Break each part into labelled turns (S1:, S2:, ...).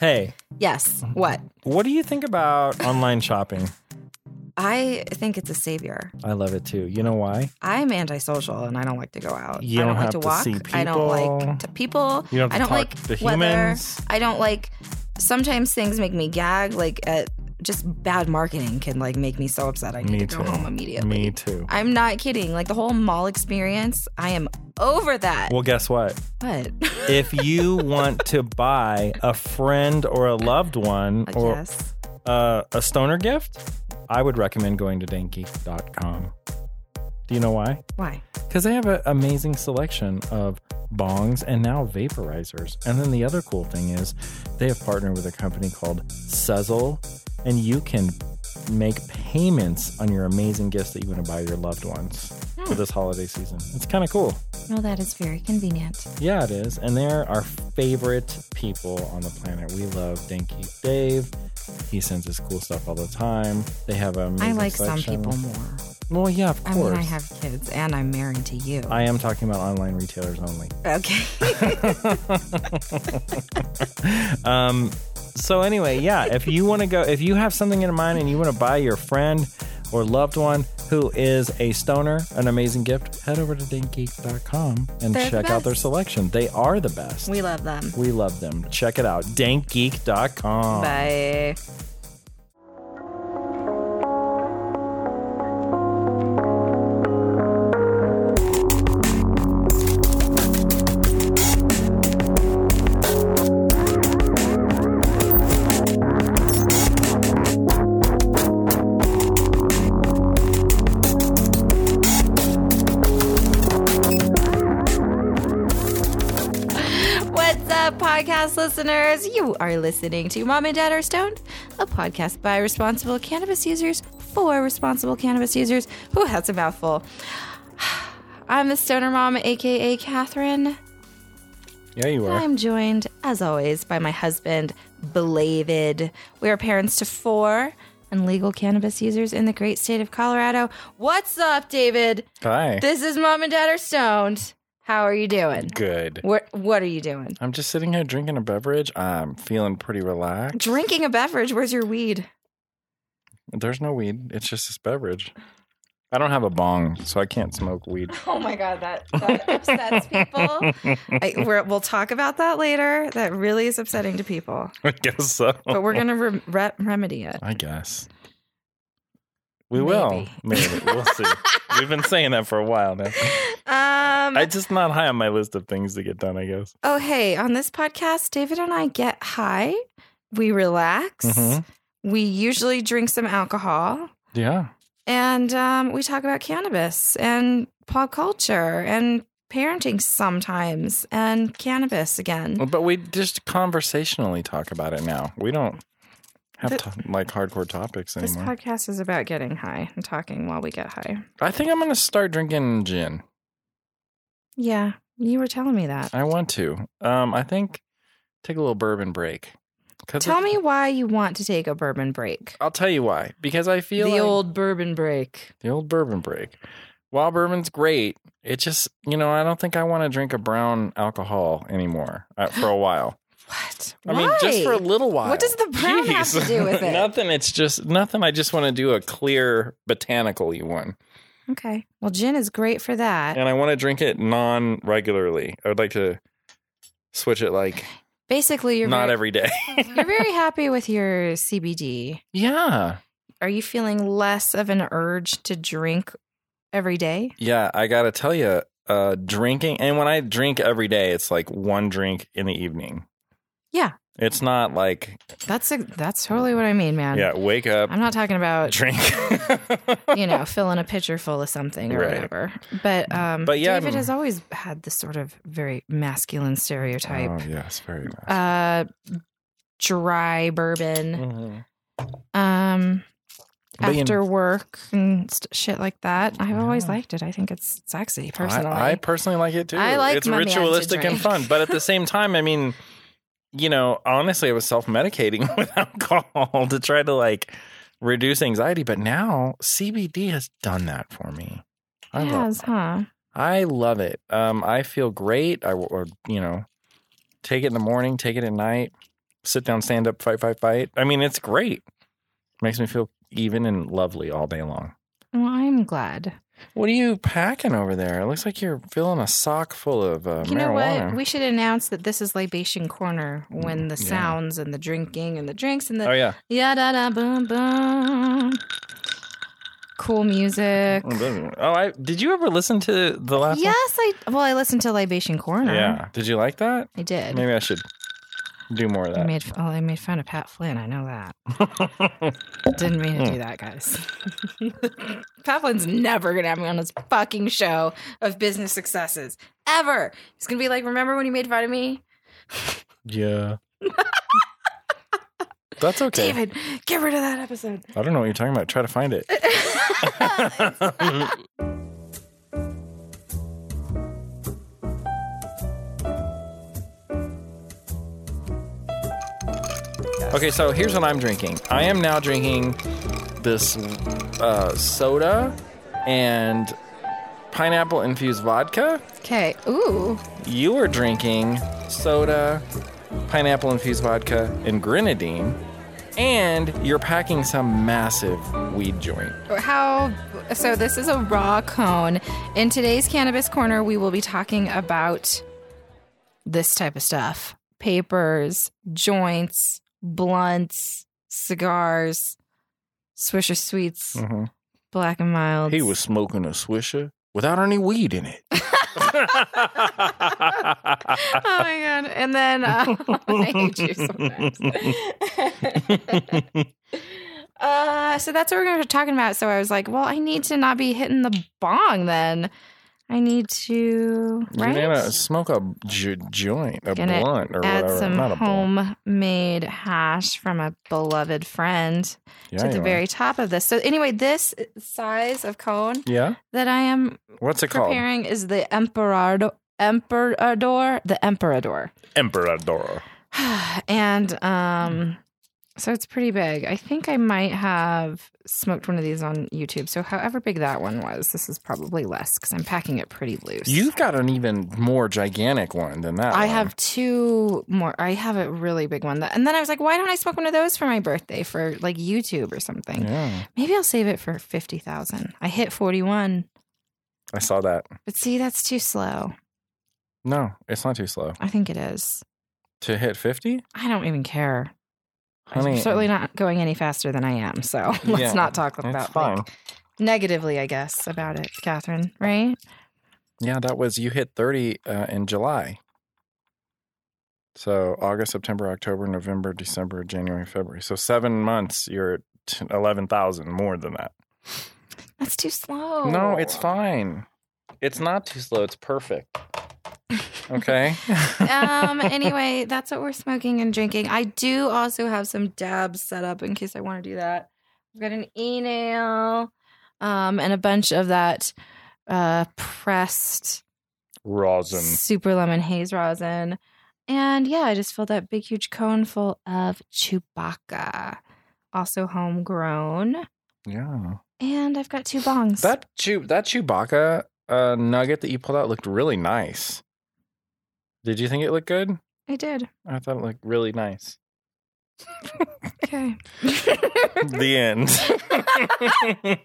S1: Hey,
S2: Yes.
S1: Mm-hmm.
S2: What?
S1: what do you think about online shopping?
S2: I think it's a savior.
S1: I love it too. You know why?
S2: I'm antisocial and I don't like to go out.
S1: You
S2: I
S1: don't
S2: don't like
S1: have to
S2: to walk.
S1: see
S2: I don't
S1: people.
S2: like to people.
S1: You don't have to
S2: I don't
S1: talk
S2: like
S1: to
S2: weather.
S1: humans.
S2: I don't like sometimes things make me gag like at just bad marketing can like make me so upset I need
S1: Me
S2: to go
S1: too.
S2: home immediately.
S1: Me too.
S2: I'm not kidding. Like the whole mall experience, I am over that.
S1: Well, guess what?
S2: What?
S1: If you want to buy a friend or a loved one
S2: Like,
S1: or
S2: yes.
S1: uh, a stoner gift, I would recommend going to dankgeek.com. Do you know why?
S2: Why?
S1: Because they have an amazing selection of bongs and now vaporizers. And then the other cool thing is they have partnered with a company called Suzzle, and you can make payments on your amazing gifts that you want to buy your loved ones for
S2: Hmm.
S1: this holiday season. It's kind of cool.
S2: No, that is very convenient.
S1: Yeah, it is. And they're our favorite people on the planet. We love Danky Dave. He sends us cool stuff all the time. They have a
S2: I like some people more.
S1: Well, yeah, of
S2: I
S1: course.
S2: mean, I have kids and I'm married to you.
S1: I am talking about online retailers only.
S2: okay.
S1: Um, so anyway, yeah, if you want to go, if you have something in mind and you want to buy your friend or loved one who is a stoner an amazing gift, head over to dankgeek.com and
S2: They're the
S1: check out their
S2: best.
S1: selection. They are the best.
S2: we love them.
S1: We love them. Check it out. Dankgeek.com.
S2: Bye. What's up, podcast listeners? You are listening to Mom and Dad Are Stoned, a podcast by responsible cannabis users for responsible cannabis users. Who has a mouthful? I'm the stoner mom, aka Catherine.
S1: Yeah, you are.
S2: I'm joined, as always, by my husband, Belavid. We are parents to four and legal cannabis users in the great state of Colorado. What's up, David?
S1: Hi.
S2: This is Mom and Dad Are Stoned. How are you doing?
S1: Good.
S2: What What are you doing?
S1: I'm just sitting here drinking a beverage. I'm feeling pretty relaxed.
S2: Drinking a beverage. Where's your weed?
S1: There's no weed. It's just this beverage. I don't have a bong, so I can't smoke weed.
S2: Oh my god, that, that upsets people. I, we're, we'll talk about that later. That really is upsetting to people,
S1: I guess so.
S2: but we're gonna re- re- remedy it.
S1: I guess. We will. Maybe. We'll see. We've been saying that for a while now.
S2: Um,
S1: It's just not high on my list of things to get done, I guess.
S2: oh hey, on this podcast, David and I get high, we relax,
S1: Mhm.
S2: we usually drink some alcohol,
S1: Yeah.
S2: and um, we talk about cannabis and pop culture and parenting sometimes and cannabis again.
S1: But we just conversationally talk about it now. We don't have
S2: Th-
S1: to- like hardcore topics
S2: This
S1: anymore.
S2: podcast is about getting high and talking while we get high.
S1: I think I'm going to start drinking gin.
S2: Yeah, you were telling me that.
S1: I want to. Um, I think take a little bourbon break. 'Cause
S2: Tell
S1: it-
S2: me why you want to take a bourbon break.
S1: I'll tell you why. Because I
S2: The
S1: feel like-
S2: old bourbon break.
S1: the old bourbon break. While bourbon's great, it just you know I don't think I want to drink a brown alcohol anymore uh, for a while.
S2: What?
S1: I mean, just for a
S2: Why?
S1: little while.
S2: What does the brown have to do with it?
S1: nothing. It's just nothing. I just want to do a clear botanical one,
S2: Okay. Well, gin is great for that.
S1: and I want to drink it non regularly. I would like to switch it like
S2: Basically, you're
S1: not
S2: very,
S1: every day.
S2: you're very happy with your CBD.
S1: yeah,
S2: Are you feeling less of an urge to drink every day?
S1: yeah. I gotta tell you, uh, drinking and when I drink every day, it's like one drink in the evening.
S2: Yeah.
S1: It's not like
S2: That's a, that's totally what I mean, man.
S1: Yeah, wake up,
S2: I'm not talking about
S1: drink.
S2: you know filling a pitcher full of something or
S1: Right.
S2: whatever. But um,
S1: But yeah,
S2: David
S1: I'm-
S2: has always had this sort of very masculine stereotype.
S1: Oh, yes, very nice.
S2: uh dry bourbon
S1: Mhm.
S2: um
S1: But you-
S2: after work and st- shit like that i've always
S1: Yeah. Oh,
S2: liked it i think it's sexy personally
S1: I, I personally like it too.
S2: I like
S1: it's
S2: my man to
S1: ritualistic and
S2: drink.
S1: fun, but at the same time, I mean, you know, honestly, I was self medicating with alcohol to try to like reduce anxiety, but now CBD has done that for me. I
S2: it
S1: love,
S2: has huh
S1: I love it. Um, I feel great. I w- or, you know, take it in the morning, take it at night. sit down, stand up, fight, fight, fight. I mean, it's great. Makes me feel even and lovely all day long.
S2: Well, I'm glad.
S1: What are you packing over there? It looks like you're filling a sock full of uh,
S2: You know
S1: marijuana. Mm,
S2: what? We should announce that this is Libation Corner when the
S1: yeah.
S2: sounds and the drinking and the drinks and the
S1: oh yeah,
S2: yeah da da boom boom. Cool music.
S1: oh I did you ever listen to the last
S2: Yes, I well I listened to Libation
S1: one?
S2: Corner.
S1: Yeah, did you like that?
S2: I did.
S1: Maybe I should do more of
S2: I
S1: that.
S2: made oh I made fun of Pat Flynn. I know that. Didn't mean
S1: Hmm.
S2: to do that, guys. Pat Flynn's never gonna have me on his fucking show of business successes ever. He's gonna be like, remember when you made fun of me?
S1: yeah. That's okay.
S2: David, get rid of that episode.
S1: I don't know what you're talking about. Try to find it. Okay, so here's what I'm drinking. I am now drinking this uh, soda and pineapple infused vodka.
S2: Okay. Ooh.
S1: You are drinking soda, pineapple infused vodka, and grenadine, and you're packing some massive weed joint.
S2: How so this is a raw cone. In today's cannabis corner, we will be talking about this type of stuff. Papers, joints, blunts, cigars, Swisher sweets, black and mild.
S1: Mm-hmm. He was smoking a swisher without any weed in it.
S2: Oh my god! And then uh, I hate you sometimes. uh, so that's what we're going to be talking about. So I was like, well, I need to not be hitting the bong. Then I need to
S1: You're
S2: right
S1: gonna smoke a ju- joint, a
S2: Gonna
S1: blunt, or
S2: add
S1: whatever.
S2: some
S1: Not a blunt.
S2: homemade hash from a beloved friend
S1: Yeah,
S2: to the
S1: you are.
S2: very top of this. So anyway, this size of cone
S1: Yeah.
S2: that I am
S1: What's it called?
S2: preparing is the emperado. Emperador, the Emperador.
S1: Emperador.
S2: and um so it's pretty big. I think I might have smoked one of these on YouTube. So however big that one was, this is probably less because I'm packing it pretty loose.
S1: You've got an even more gigantic one than that.
S2: I
S1: one.
S2: have two more. I have a really big one. That, and then I was like, why don't I smoke one of those for my birthday for like YouTube or something?
S1: Yeah,
S2: Maybe I'll save it for 50,000. I hit 41.
S1: I saw that.
S2: But see, that's too slow.
S1: No, it's not too slow
S2: I think it is.
S1: to hit fifty.
S2: I don't even care.
S1: Honey,
S2: I'm certainly not going any faster than I am. So let's
S1: Yeah,
S2: not talk
S1: it's
S2: about like,
S1: fine.
S2: negatively, I guess, about it, Catherine. Right?
S1: Yeah, that was you hit 30 uh, in July. So August, September, October, November, December, January, February. So seven months, you're at t- 11,000 more than that.
S2: That's too slow.
S1: No, it's fine. It's not too slow. It's perfect. Okay.
S2: um. Anyway, that's what we're smoking and drinking. I do also have some dabs set up in case I want to do that. I've got an e nail, um, and a bunch of that uh pressed
S1: Rosin.
S2: super lemon haze rosin. And yeah, I just filled that big, huge cone full of Chewbacca, also homegrown.
S1: Yeah.
S2: And I've got two bongs.
S1: That, Chew- that Chewbacca uh, nugget that you pulled out looked really nice. Did you think it looked good?
S2: I did.
S1: I thought it looked really nice.
S2: Okay.
S1: the end.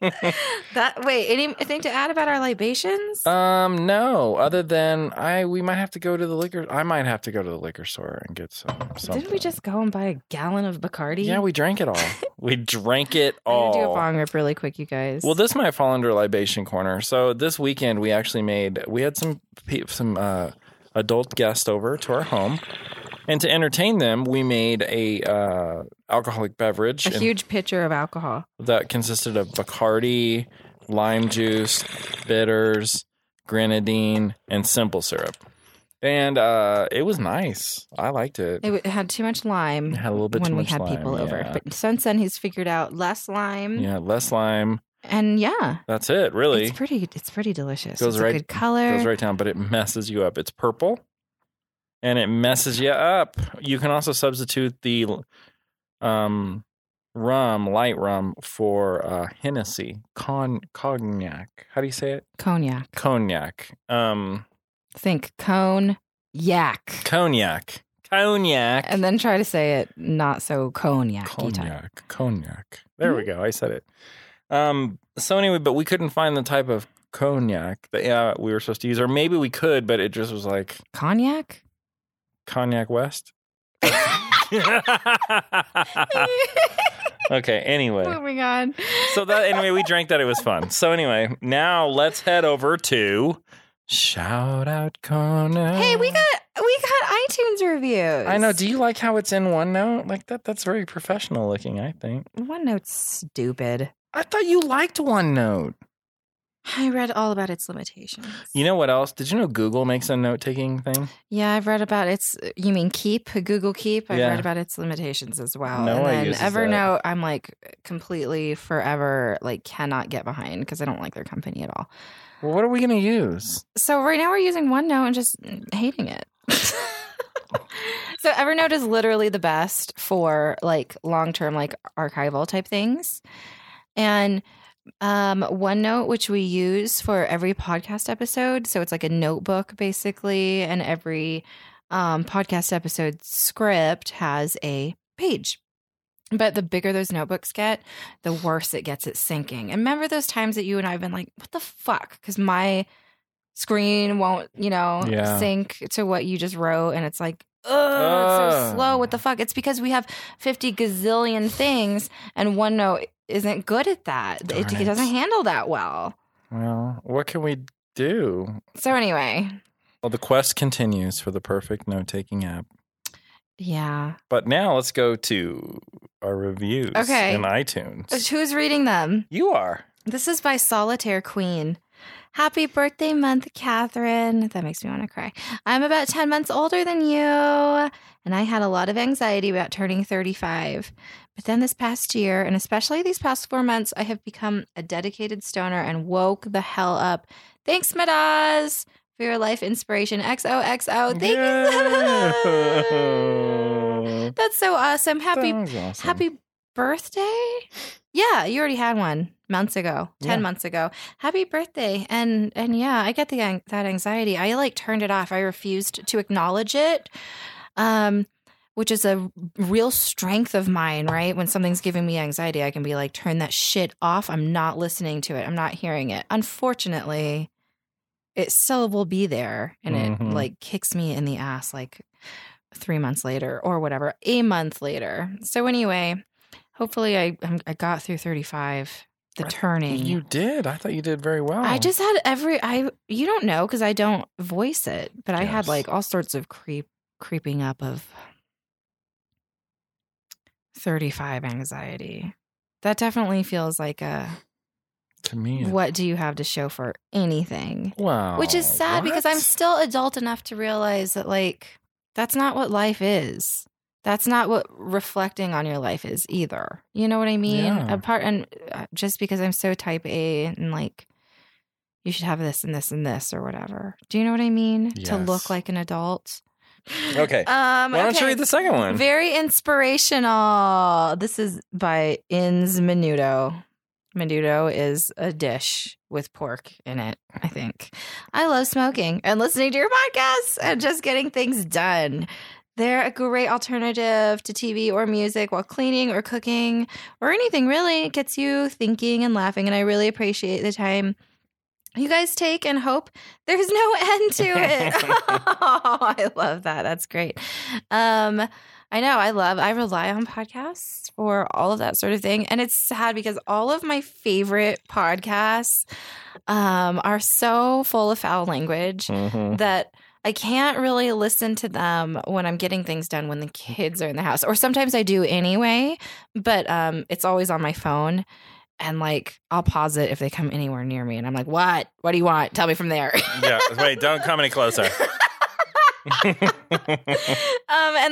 S2: that wait, anything to add about our libations?
S1: Um, no. Other than I, we might have to go to the liquor. I might have to go to the liquor store and get some. Something.
S2: Didn't we just go and buy a gallon of Bacardi?
S1: Yeah, we drank it all. we drank it
S2: I'm
S1: all.
S2: gonna do a bong rip really quick, you guys.
S1: Well, this might fall under libation corner. So this weekend we actually made we had some pe- some uh, adult guests over to our home, and to entertain them, we made a uh, alcoholic beverage
S2: a
S1: and
S2: huge pitcher of alcohol.
S1: that consisted of Bacardi, lime juice, bitters, grenadine, and simple syrup. And uh, it was nice. I liked it.
S2: It, w- it had too much
S1: It
S2: lime
S1: had a little bit
S2: when
S1: too
S2: we
S1: much
S2: had
S1: lime,
S2: people over.
S1: yeah.
S2: But since then, he's figured out less lime,
S1: yeah, less lime.
S2: and yeah,
S1: That's it, really.
S2: it's pretty. It's pretty delicious.
S1: Goes
S2: it's
S1: right-
S2: a good color.
S1: Goes right down, but it messes you up. It's purple, and it messes you up. You can also substitute the um, rum, light rum, for uh, Hennessy, con cognac. How do you say it?
S2: Cognac.
S1: Cognac. Um,
S2: Think cone. Yak.
S1: cognac. Cognac.
S2: and then try to say it not so cognac time.
S1: cognac. Cognac. There
S2: Mm-hmm.
S1: we go. I said it. Um, so anyway, but we couldn't find the type of cognac that uh, we were supposed to use, or maybe we could, but it just was like
S2: Cognac?
S1: cognac West. okay. Anyway,
S2: oh my god.
S1: so that anyway, we drank that. It was fun. So anyway, now let's head over to shout out cognac.
S2: Hey, we got we got iTunes reviews.
S1: Um, I know. Do you like how it's in OneNote? Like that? That's very professional looking. I think.
S2: OneNote's stupid.
S1: I thought you liked OneNote.
S2: I read all about its limitations.
S1: You know what else? Did you know Google makes a note taking thing?
S2: yeah, I've read about its. You mean Keep Google Keep? I've
S1: Yeah.
S2: read about its limitations as well.
S1: No
S2: and
S1: one
S2: then
S1: uses that.
S2: Evernote, I'm like completely forever like cannot get behind because I don't like their company at all.
S1: Well, what are we going to use?
S2: So right now we're using OneNote and just hating it. so Evernote is literally the best for like long term, like archival type things. And um, OneNote, which we use for every podcast episode. So it's like a notebook basically, and every um, podcast episode script has a page. But the bigger those notebooks get, the worse it gets at syncing. And remember those times that you and I have been like, what the fuck? Because my screen won't, you know,
S1: Yeah.
S2: sync to what you just wrote. And it's like, oh, it's
S1: Oh.
S2: so slow. What the fuck? It's because we have 50 gazillion things and OneNote isn't good at that. It,
S1: Darn
S2: it
S1: it.
S2: doesn't handle that well.
S1: Well, what can we do?
S2: So, anyway,
S1: Well, the quest continues for the perfect note taking app.
S2: yeah.
S1: But now let's go to our reviews
S2: Okay.
S1: in iTunes.
S2: Who's reading them?
S1: You are.
S2: This is by Solitaire Queen. Happy birthday month, Catherine. That makes me want to cry. I'm about 10 months older than you, and I had a lot of anxiety about turning 35. But then this past year, and especially these past four months, I have become a dedicated stoner and woke the hell up. Thanks, Madaz, for your life inspiration. XOXO. Oh, Thank you so much.
S1: Yay.
S2: That's so awesome. Happy
S1: That was awesome.
S2: Happy birthday. Yeah, you already had one months ago, 10
S1: Yeah.
S2: months ago. Happy birthday. And and yeah, I get the an- that anxiety. I like turned it off. I refused to acknowledge it. Um which is a real strength of mine, right? When something's giving me anxiety, I can be like, turn that shit off. I'm not listening to it. I'm not hearing it. Unfortunately, it still will be there and
S1: Mhm.
S2: it like kicks me in the ass like three months later or whatever, a month later. So anyway, hopefully I I'm- I got through 35, the
S1: Right.
S2: turning.
S1: You did. I thought you did very well.
S2: I just had every I you don't know because I don't voice it, but I
S1: Yes.
S2: had like all sorts of creep creeping up of 35 anxiety. That definitely feels like a
S1: to me. it-
S2: what do you have to show for anything?
S1: Wow.
S2: Which is sad because I'm
S1: Oh, What?
S2: still adult enough to realize that like that's not what life is. That's not what reflecting on your life is either. You know what I mean?
S1: Yeah.
S2: Apart and uh, just because I'm so type A and like you should have this and this and this or whatever. Do you know what I mean? To
S1: Yes.
S2: look like an adult.
S1: Okay.
S2: Um,
S1: Why don't
S2: okay.
S1: you read the second one?
S2: Very inspirational. This is by Inns Menudo. Menudo is a dish with pork in it, I think. I love smoking and listening to your podcasts and just getting things done. They're a great alternative to TV or music while cleaning or cooking or anything really. It gets you thinking and laughing, and I really appreciate the time you guys take and hope there's no end to it. oh, I love that. That's great. Um, I know. I love. I rely on podcasts for all of that sort of thing, and it's sad because all of my favorite podcasts um, are so full of foul language
S1: Mhm.
S2: that I can't really listen to them when I'm getting things done when the kids are in the house. Or sometimes I do anyway, but um, it's always on my phone. And like, I'll pause it if they come anywhere near me. And I'm like, what? What do you want? Tell me from there.
S1: yeah. Wait. Don't come any closer.
S2: um, and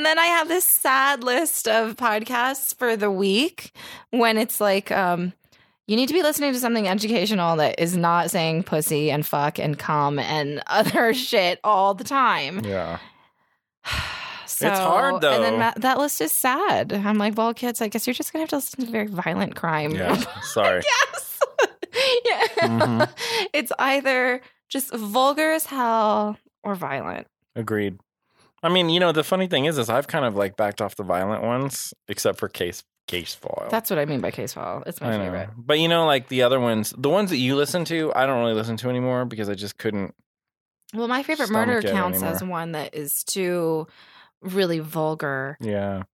S2: then I have this sad list of podcasts for the week when it's like, um, you need to be listening to something educational that is not saying pussy and fuck and cum and other shit all the time.
S1: yeah.
S2: So,
S1: hard, though.
S2: And then that, that list is sad. I'm like, well, kids, I guess you're just gonna have to listen to very violent crime.
S1: Yeah. Sorry.
S2: yes. yeah.
S1: Mhm.
S2: It's either just vulgar as hell or violent.
S1: Agreed. I mean, you know, the funny thing is, is I've kind of like backed off the violent ones, except for case case file.
S2: That's what I mean by case file. It's my
S1: Oh. I know.
S2: favorite.
S1: But you know, like the other ones, the ones that you listen to, I don't really listen to anymore because I just couldn't.
S2: Well, my favorite
S1: Stomach
S2: murder
S1: it
S2: counts
S1: anymore.
S2: as one that is too really vulgar
S1: Yeah.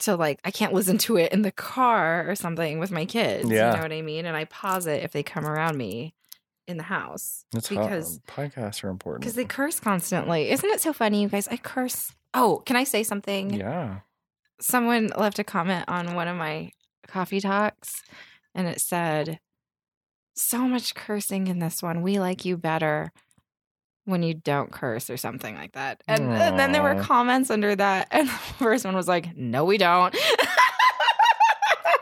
S2: to like I can't listen to it in the car or something with my kids.
S1: Yeah.
S2: You know what I mean? And I pause it if they come around me in the house.
S1: That's
S2: because
S1: how podcasts are important.
S2: because they curse constantly. Isn't it so funny, you guys? I curse. Oh, can I say something?
S1: Yeah.
S2: someone left a comment on one of my coffee talks and it said so much cursing in this one we like you better when you don't curse or something like that and, uh, and then there were
S1: Aw.
S2: comments under that and the first one was like no we don't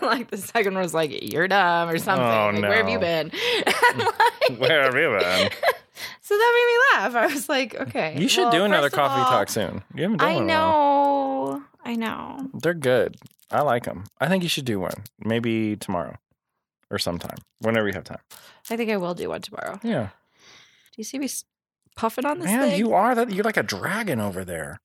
S2: like the second one was like you're dumb or something
S1: Oh,
S2: like, where have you
S1: no.
S2: been I'm like-
S1: Where have you been?
S2: so that made me laugh i was like okay
S1: You should
S2: well,
S1: do another
S2: first of
S1: coffee
S2: all,
S1: talk soon. You haven't done
S2: I
S1: one in a while.
S2: know. I know.
S1: They're good. I like them. I think you should do one. Maybe tomorrow or sometime, whenever you have time.
S2: I think I will do one tomorrow. Do
S1: Yeah.
S2: you see me s- puffing on this
S1: Man,
S2: thing?
S1: you are that. You're like a dragon over there.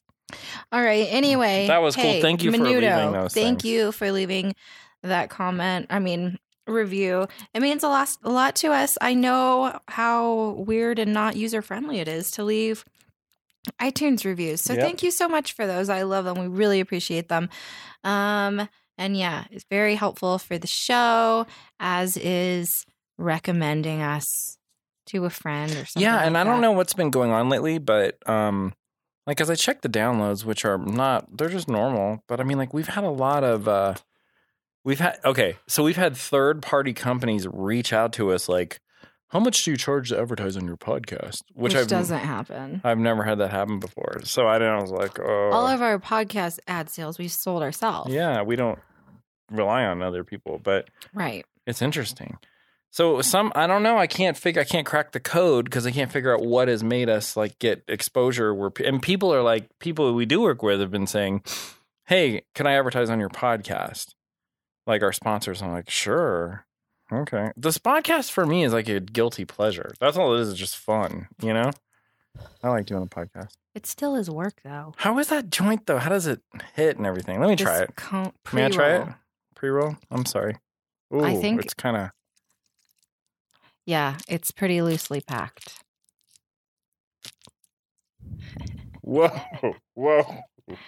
S2: All right. Anyway,
S1: That was cool.
S2: hey,
S1: Thank you for
S2: Menudo,
S1: leaving those
S2: Thank
S1: things.
S2: you for leaving that comment. I mean, review. It means a lot, a lot to us. I know how weird and not user friendly it is to leave iTunes reviews. So
S1: Yep.
S2: thank you so much for those. I love them. We really appreciate them. Um, and yeah, it's very helpful for the show, as is recommending us to a friend or something.
S1: yeah,
S2: like
S1: and I
S2: that.
S1: don't know what's been going on lately, but um, like as I check the downloads, which are not, they're just normal. But I mean, like we've had a lot of, uh, we've had okay, so we've had third party companies reach out to us like, how much do you charge to advertise on your podcast?
S2: which,
S1: I've
S2: doesn't happen.
S1: I've never had that happen before. So I, don't- I was like, oh,
S2: All of our podcast ad sales we've sold ourselves.
S1: yeah, we don't rely on other people, but
S2: Right.
S1: it's interesting. So some I don't know I can't figure I can't crack the code because I can't figure out what has made us like get exposure where pe- and people are like people we do work with have been saying, "Hey, can I advertise on your podcast?" Like our sponsors, I'm like, "Sure." Okay. This podcast for me is like a guilty pleasure. That's all it is, is just fun, you know? I like doing a podcast.
S2: It still is work though.
S1: How is that joint though? How does it hit and everything? Let me try
S2: This
S1: it.
S2: con-
S1: May I try it?
S2: pre-roll.
S1: Pre roll? I'm sorry. Ooh,
S2: I think-
S1: it's kind of
S2: Yeah, it's pretty loosely packed.
S1: whoa, whoa,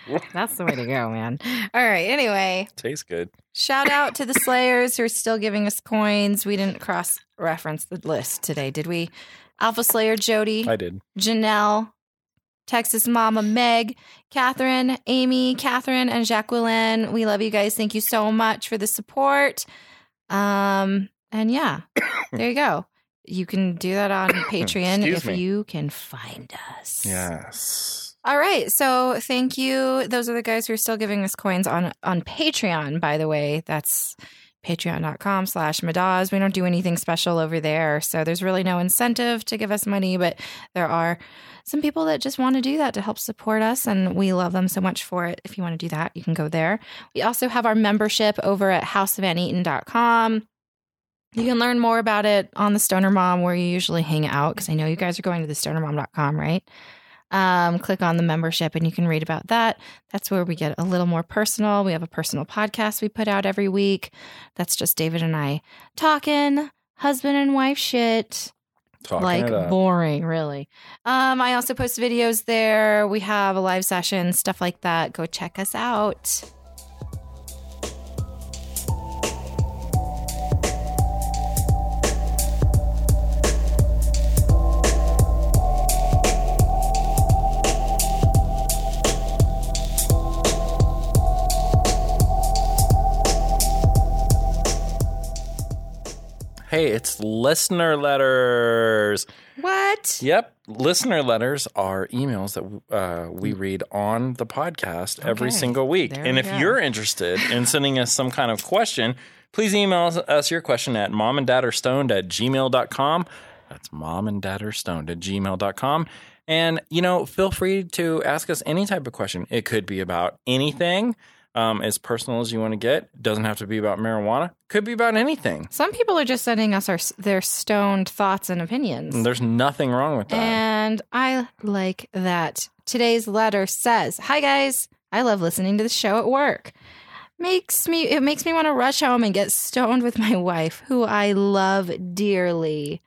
S1: whoa.
S2: That's the way to go, man. All right. Anyway,
S1: Tastes good.
S2: shout out to the Slayers who are still giving us coins. We didn't cross reference the list today, did we? Alpha Slayer Jody.
S1: I did.
S2: Janelle, Texas Mama Meg, Catherine, Amy, Catherine, and Jacqueline. We love you guys. Thank you so much for the support. Um, and yeah, there you go. You can do that on Patreon
S1: Excuse
S2: if
S1: me.
S2: you can find us.
S1: Yes.
S2: All right. So thank you. Those are the guys who are still giving us coins on on Patreon, by the way. That's patreon.com slash madaz. We don't do anything special over there. So there's really no incentive to give us money, but there are some people that just want to do that to help support us, and we love them so much for it. If you want to do that, you can go there. We also have our membership over at houseofaneaton.com. You can learn more about it on the Stoner Mom where you usually hang out because I know you guys are going to the stonermom.com, right? Um, click on the membership and you can read about that. That's where we get a little more personal. We have a personal podcast we put out every week. That's just David and I talking husband and wife shit
S1: Talking it
S2: like
S1: up.
S2: boring, really. Um, I also post videos there. We have a live session, stuff like that. Go check us out.
S1: hey, it's listener letters.
S2: What?
S1: Yep, listener letters are emails that uh, we read on the podcast every
S2: Mm. Okay,
S1: single week.
S2: there
S1: and
S2: we
S1: if
S2: go.
S1: you're interested in sending us some kind of question, please email us- us your question at mom and dad are stoned at gmail.com. That's mom and dad are stoned at gmail.com. And, you know, feel free to ask us any type of question. It could be about anything, um, as personal as you want to get. Doesn't have to be about marijuana, could be about anything.
S2: Some people are just sending us our, their stoned thoughts and opinions.
S1: There's nothing wrong with that.
S2: And I like that Today's letter says, "Hi guys, I love listening to the show at work. Makes me it makes me want to rush home and get stoned with my wife, who I love dearly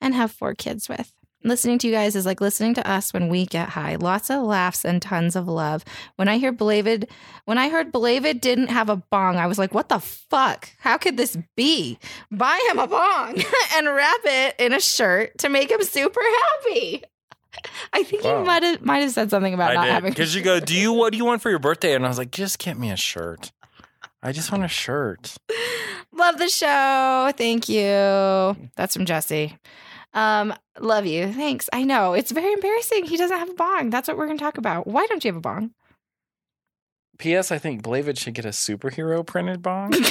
S2: and have four kids with. Listening to you guys is like listening to us when we get high. Lots of laughs and tons of love. When I hear Blavid, when I heard Blavid didn't have a bong, I was like, what the fuck? How could this be? Buy him a bong and wrap it in a shirt to make him super happy. I think
S1: Wow.
S2: you might have might have said something about not
S1: I did
S2: having
S1: because you go, do you what do you want for your birthday? And I was like, just get me a shirt. I just want a shirt.
S2: Love the show. Thank you. That's from Jesse. Um, love you. Thanks. I know. It's very embarrassing. He doesn't have a bong. That's what we're going to talk about. Why don't you have a bong?
S1: P.S. I think Blavid should get a superhero printed bong.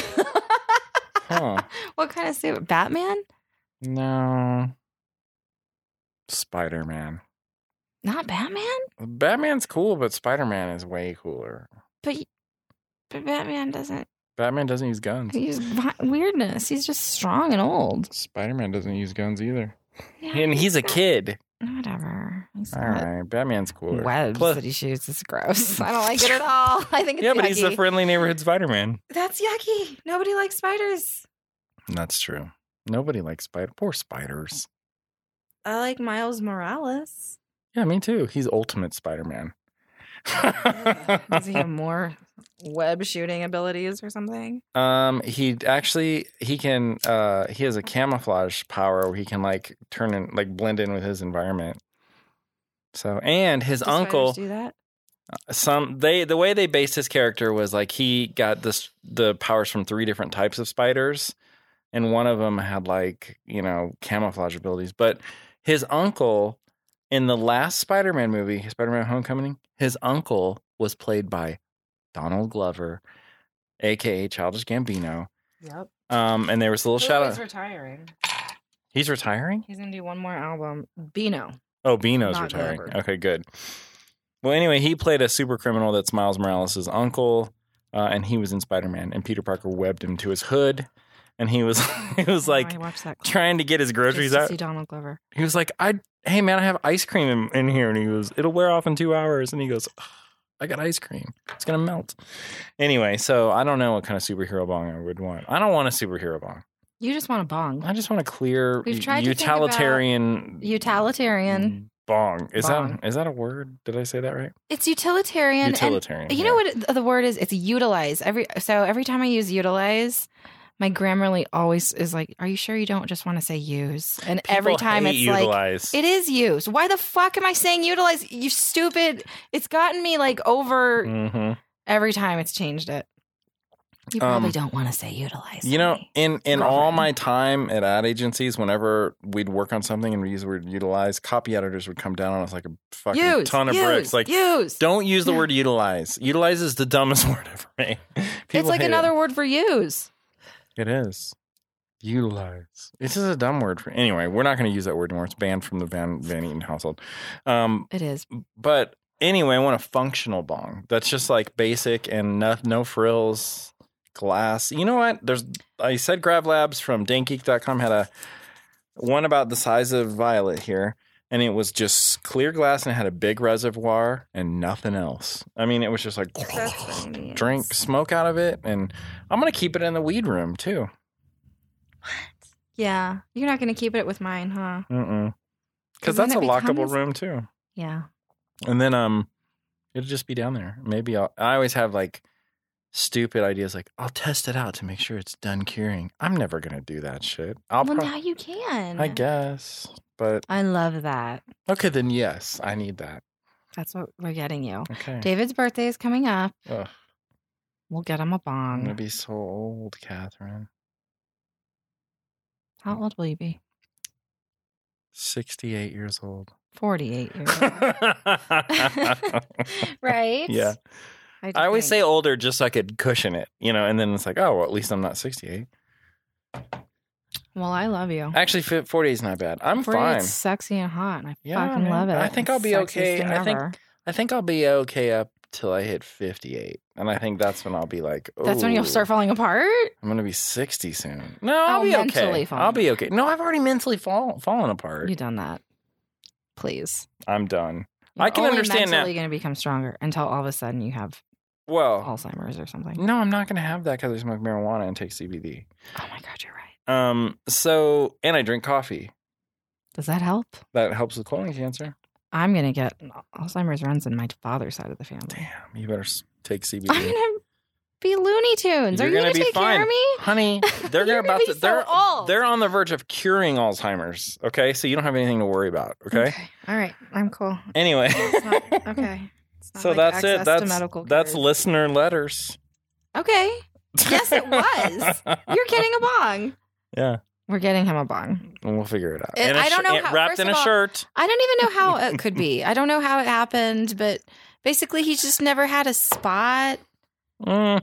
S1: Huh.
S2: what kind of suit? Batman?
S1: No. Spider Man.
S2: Not Batman?
S1: Batman's cool, but Spider Man is way cooler.
S2: But, but Batman doesn't
S1: Batman doesn't use guns.
S2: use vi- weirdness. He's just strong and old.
S1: Spider Man doesn't use guns either.
S2: Yeah,
S1: And he's a kid.
S2: Whatever. He's
S1: All
S2: got
S1: right. Batman's cooler.
S2: Webs
S1: Plus-
S2: that he shoots. It's gross. I don't like it at all. I think it's
S1: yeah,
S2: yucky.
S1: but he's the friendly neighborhood Spider Man.
S2: That's yucky. Nobody likes spiders.
S1: That's true. Nobody likes spider. Poor spiders.
S2: I like Miles Morales.
S1: Yeah, me too. He's ultimate Spider Man.
S2: Does he have more web shooting abilities or something?
S1: Um, he actually he can uh he has a camouflage power where he can like turn and like blend in with his environment. So and his
S2: Do
S1: uncle
S2: spiders do that.
S1: some they the way they based his character was like he got this the powers from three different types of spiders and one of them had like you know camouflage abilities but his uncle in the last spider-man movie spider-man homecoming his uncle was played by donald glover aka childish gambino
S2: Yep.
S1: um and there was a little shout out
S2: retiring.
S1: he's retiring
S2: He's gonna do one more album. Beano.
S1: oh bino's
S2: Not
S1: retiring
S2: Glover.
S1: okay good well anyway he played a super criminal that's miles morales' uncle uh, and he was in Spider-Man, and Peter Parker webbed him to his hood, and he was he was like
S2: I watched that. clip
S1: trying to get his groceries
S2: just to
S1: out.
S2: See Donald Glover.
S1: He was like, "I hey man, I have ice cream in, in here," and he goes, "It'll wear off in two hours," and he goes, "Ugh, "I got ice cream, it's gonna melt." Anyway, so I don't know what kind of superhero bong I would want. I don't want a superhero bong.
S2: You just want a bong.
S1: I just want a clear
S2: We've tried to think about
S1: utilitarian Mm.
S2: Utilitarian.
S1: bong. Is
S2: Bong.
S1: that is that a word? Did I say that right?
S2: It's utilitarian. and-
S1: utilitarian.
S2: you
S1: yeah.
S2: know what it- the word is? It's utilize. Every so every time I use utilize. My grammarly always is like, "Are you sure you don't just want to say use?" And every
S1: People
S2: time
S1: hate
S2: it's like,
S1: utilize.
S2: It is used. Why the fuck am I saying utilize? You stupid. It's gotten me like over
S1: Mhm.
S2: every time it's changed it. You probably
S1: Um,
S2: don't want to say utilize.
S1: You know,
S2: honey.
S1: in in all
S2: Girlfriend.
S1: my time at ad agencies, whenever we'd work on something and we use the word utilize, copy editors would come down on us like a fucking
S2: use,
S1: ton of
S2: use,
S1: bricks. Like,
S2: use.
S1: don't use the
S2: Yeah.
S1: word utilize. Utilize is the dumbest word ever made.
S2: It's
S1: People
S2: like
S1: hate
S2: another word for use.
S1: It. it is. Utilize. It's just a dumb word for. Anyway, we're not going to use that word anymore. It's banned from the Van Van Eaton household. Um,
S2: It is.
S1: but anyway, I want a functional bong that's just like basic and no, no frills, glass. You know what? There's I said Grav Labs from dankgeek.com had a one about the size of Violet here, and it was just clear glass and it had a big reservoir and nothing else. I mean, it was just like drink smoke out of it, and I'm gonna keep it in the weed room too.
S2: Yeah, you're not gonna keep it with mine, huh?
S1: Because
S2: Because then
S1: that's a
S2: it
S1: lockable
S2: becomes-
S1: room too.
S2: Yeah.
S1: And then um it'll just be down there. Maybe I'll I always have like stupid ideas like I'll test it out to make sure it's done curing. I'm never gonna do that shit. I'll
S2: well,
S1: prob-
S2: now you can.
S1: I guess. But
S2: I love that.
S1: okay, then yes, I need that.
S2: That's what we're getting you.
S1: Okay.
S2: David's birthday is coming up.
S1: Ugh,
S2: We'll get him a
S1: I'm gonna
S2: bong.
S1: be so old, Catherine.
S2: How old will you be?
S1: Sixty eight years old.
S2: Forty-eight years. old.
S1: yeah.
S2: right?
S1: I always say older just so I could cushion it, you know, and then it's like, oh, well, at least I'm not 68.
S2: Well, I love you.
S1: Actually, 48 is not bad. I'm
S2: Forty,
S1: fine.
S2: It's sexy and hot, and I
S1: Yeah,
S2: fucking
S1: man.
S2: love it.
S1: I think
S2: It's
S1: I'll be
S2: sexiest
S1: okay.
S2: thing
S1: I think-
S2: ever.
S1: I think I'll be okay up till I hit 58. And I think that's when I'll be like, oh,
S2: that's when you'll start falling apart.
S1: I'm going to be 60 soon. No, I'll
S2: Oh,
S1: be okay.
S2: mentally falling
S1: I'll be okay. No, I've already mentally fall, fallen apart.
S2: You done that? Please.
S1: I'm done.
S2: You're
S1: I can
S2: only
S1: understand that. Oh.
S2: mentally going to become stronger until all of a sudden you have
S1: Well,
S2: Alzheimer's or something.
S1: no, I'm not going to have that because I smoke marijuana and take CBD.
S2: Oh my god, you're right.
S1: Um, so and I drink coffee.
S2: Does that help?
S1: That helps with colon cancer.
S2: I'm going to get Alzheimer's runs in my father's side of the family.
S1: Damn, you better s- take
S2: I'm
S1: CBD.
S2: going to be Looney Tunes.
S1: You're
S2: Are you
S1: gonna
S2: going to
S1: be
S2: take care
S1: fine.
S2: of me?
S1: Honey, they're
S2: You're
S1: gonna
S2: gonna
S1: about
S2: be
S1: to,
S2: so
S1: they're
S2: old.
S1: they're on the verge of curing Alzheimer's. Okay, so you don't have anything to worry about. Okay.
S2: All right. I'm cool.
S1: Anyway,
S2: It's not, okay. It's not
S1: so
S2: like
S1: that's
S2: access
S1: it.
S2: to
S1: That's
S2: medical
S1: that's
S2: care.
S1: listener letters.
S2: okay. Yes, it was. You're getting a bong.
S1: yeah,
S2: We're getting him a bong.
S1: and we'll figure it out.
S2: It-
S1: And a
S2: I don't
S1: shi-
S2: know
S1: and
S2: how-
S1: wrapped
S2: first
S1: in
S2: of
S1: a
S2: all-
S1: shirt.
S2: I don't even know how it could be. I don't know how it happened, but basically, he just never had a spot.
S1: Mm.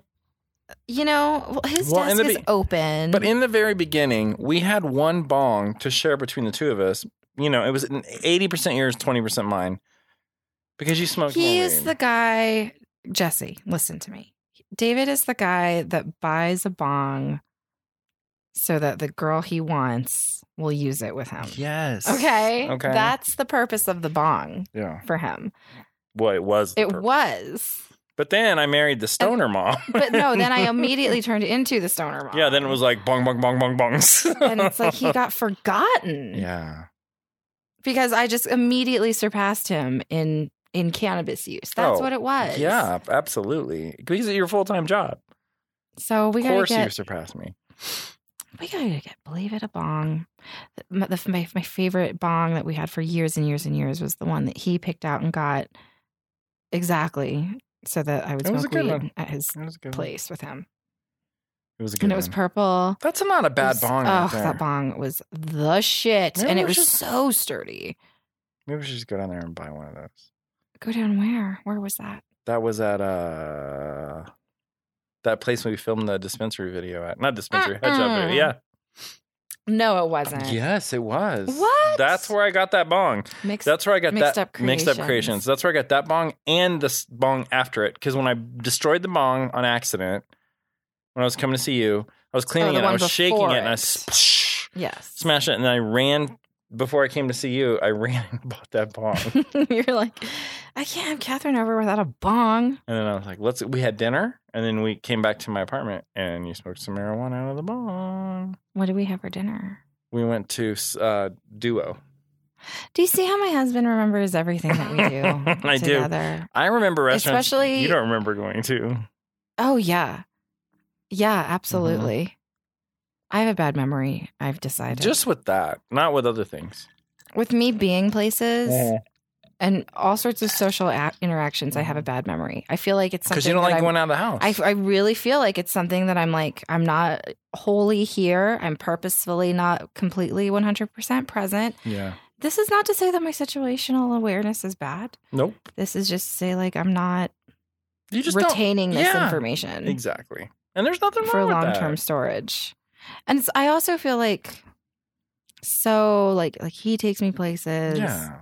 S2: You know, well, his
S1: Well, in
S2: desk
S1: the
S2: is
S1: be-
S2: open.
S1: But in the very beginning, we had one bong to share between the two of us. You know, it was eighty percent yours, twenty percent mine, because you smoked.
S2: He
S1: more
S2: is
S1: weed.
S2: the guy, Jesse, listen to me. David is the guy that buys a bong so that the girl he wants will use it with him.
S1: yes.
S2: Okay.
S1: Okay.
S2: That's the purpose of the bong
S1: yeah.
S2: for him.
S1: Well, it was. the
S2: It
S1: purpose.
S2: was.
S1: But then I married the stoner mom.
S2: But no, then I immediately turned into the stoner mom.
S1: yeah, then it was like bong bong bong bong bongs.
S2: and it's like he got forgotten
S1: Yeah.
S2: because I just immediately surpassed him in in cannabis use. That's
S1: Oh,
S2: what it was.
S1: Yeah, absolutely. Because it's your full time job.
S2: So we
S1: of
S2: gotta
S1: course
S2: get
S1: you surpassed me.
S2: we gotta get believe it a bong my, the, my, my favorite bong that we had for years and years and years was the one that he picked out and got exactly so that i would
S1: It was a
S2: smoke
S1: good
S2: weed
S1: one.
S2: at his
S1: It was a good. one.
S2: place with him
S1: It was a good.
S2: and it was
S1: one.
S2: purple
S1: That's not a
S2: It
S1: bad
S2: was-
S1: bong.
S2: oh
S1: right there.
S2: that bong was the shit
S1: Maybe
S2: and
S1: we
S2: it was
S1: should-
S2: so sturdy
S1: Maybe we should just go down there and buy one of those.
S2: go down where where was that
S1: That was at uh that place we filmed the dispensary video at. Not dispensary, head shop video. Yeah.
S2: no it wasn't
S1: Yes, it was.
S2: What?
S1: That's where I got that bong.
S2: mixed
S1: That's where I got
S2: Mixed
S1: that
S2: Up
S1: mixed up creations.
S2: Creations.
S1: That's where I got that bong and this bong after it. Because when I destroyed the bong on accident, when I was coming to see you, I was cleaning
S2: Oh, the
S1: it. I
S2: one
S1: was shaking
S2: before
S1: it, and I
S2: it.
S1: splash,
S2: yes
S1: smashed it. And then I ran before I came to see you. I ran and bought that bong.
S2: you're like i can't have catherine over without a bong
S1: and then I was like, "Let's." We had dinner, and then we came back to my apartment, and you smoked some marijuana out of the bong.
S2: what did we have for dinner
S1: We went to uh, Duo.
S2: Do you see how my husband remembers everything that we do?
S1: I do.
S2: together?
S1: I remember restaurants.
S2: Especially-
S1: you don't remember going to.
S2: Oh yeah, yeah,
S1: Mm-hmm.
S2: absolutely. I have a bad memory. I've decided.
S1: Just with that, not with other things.
S2: with me being places and all sorts of social a- interactions, I have a bad memory. I feel like it's something
S1: Because Mm-hmm. you don't
S2: that
S1: like
S2: I'm-
S1: going out of the house.
S2: I, uh, I really feel like it's something that I'm like, I'm not wholly here. I'm purposefully not completely 100% present.
S1: yeah.
S2: This is not to say that my situational awareness is bad.
S1: Nope.
S2: This is just to say, like, I'm not
S1: You just
S2: retaining this
S1: yeah.
S2: information.
S1: don't. Exactly. And there's nothing wrong
S2: for
S1: with
S2: long
S1: that.
S2: term storage. And it's, I also feel like so like like he takes me places.
S1: Yeah.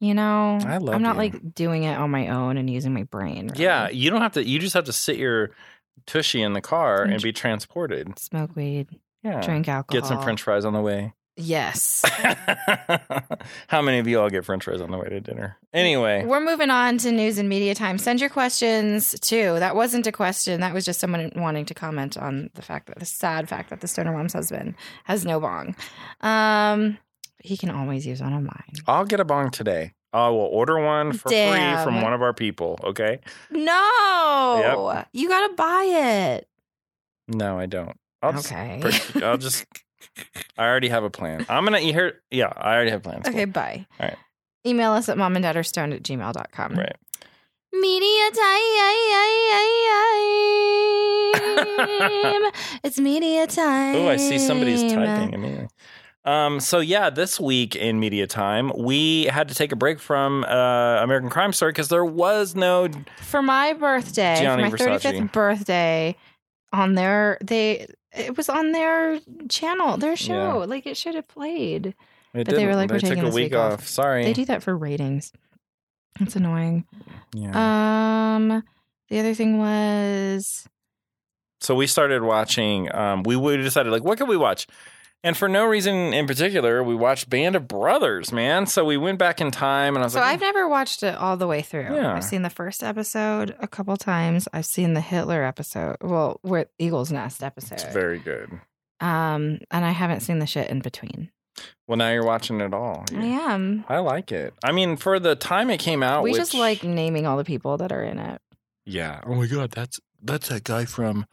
S2: You know,
S1: I love
S2: I'm not
S1: you.
S2: like doing it on my own and using my brain. really.
S1: Yeah. You don't have to. You just have to sit your tushy in the car
S2: And
S1: and be transported.
S2: Smoke weed,
S1: Yeah.
S2: drink alcohol.
S1: Get some French fries on the way.
S2: Yes.
S1: How many of you all get French fries on the way to dinner? Anyway,
S2: We're moving on to news and media time. Send your questions too. That wasn't a question. That was just someone wanting to comment on the fact that the sad fact that the stoner mom's husband has no bong. Um, he can always use one of mine.
S1: I'll get a bong today. I will order one for free
S2: Damn.
S1: from one of our people. Okay.
S2: No, you gotta buy it.
S1: No, I don't. I'll just
S2: okay.
S1: pur- I'll just. I already have a plan. I'm gonna eat her. Yeah, I already have plans.
S2: okay, bye.
S1: All right.
S2: Email us at mom and dad are stoned at gmail.com.
S1: Right.
S2: Media time. it's media time.
S1: Oh, I see somebody's typing immediately. Um, so yeah, this week in media time, we had to take a break from uh, American Crime Story because there was no.
S2: For my birthday,
S1: Gianni
S2: for my
S1: Versace.
S2: 35th birthday, on their, they, it was on their channel, their show. Like it should have played.
S1: It
S2: But they were
S1: didn't.
S2: like, "We're
S1: took
S2: taking
S1: a
S2: this
S1: week
S2: week off."
S1: off. Sorry.
S2: They do that for ratings. It's annoying.
S1: yeah.
S2: Um, the other thing was
S1: so we started watching. Um, we we decided like, what can we watch? And for no reason in particular, we watched Band of Brothers, man. So we went back in time and I was
S2: So
S1: like, "Mm,
S2: I've never watched it all the way through.
S1: Yeah.
S2: I've seen the first episode a couple times. I've seen the Hitler episode, well, with Eagle's Nest episode.
S1: it's very good.
S2: um, and I haven't seen the shit in between.
S1: Well, now you're watching it all.
S2: I am.
S1: I like it. I mean, for the time it came out,
S2: we
S1: which-
S2: just like naming all the people that are in it.
S1: Yeah. Oh my god, that's that's that guy from.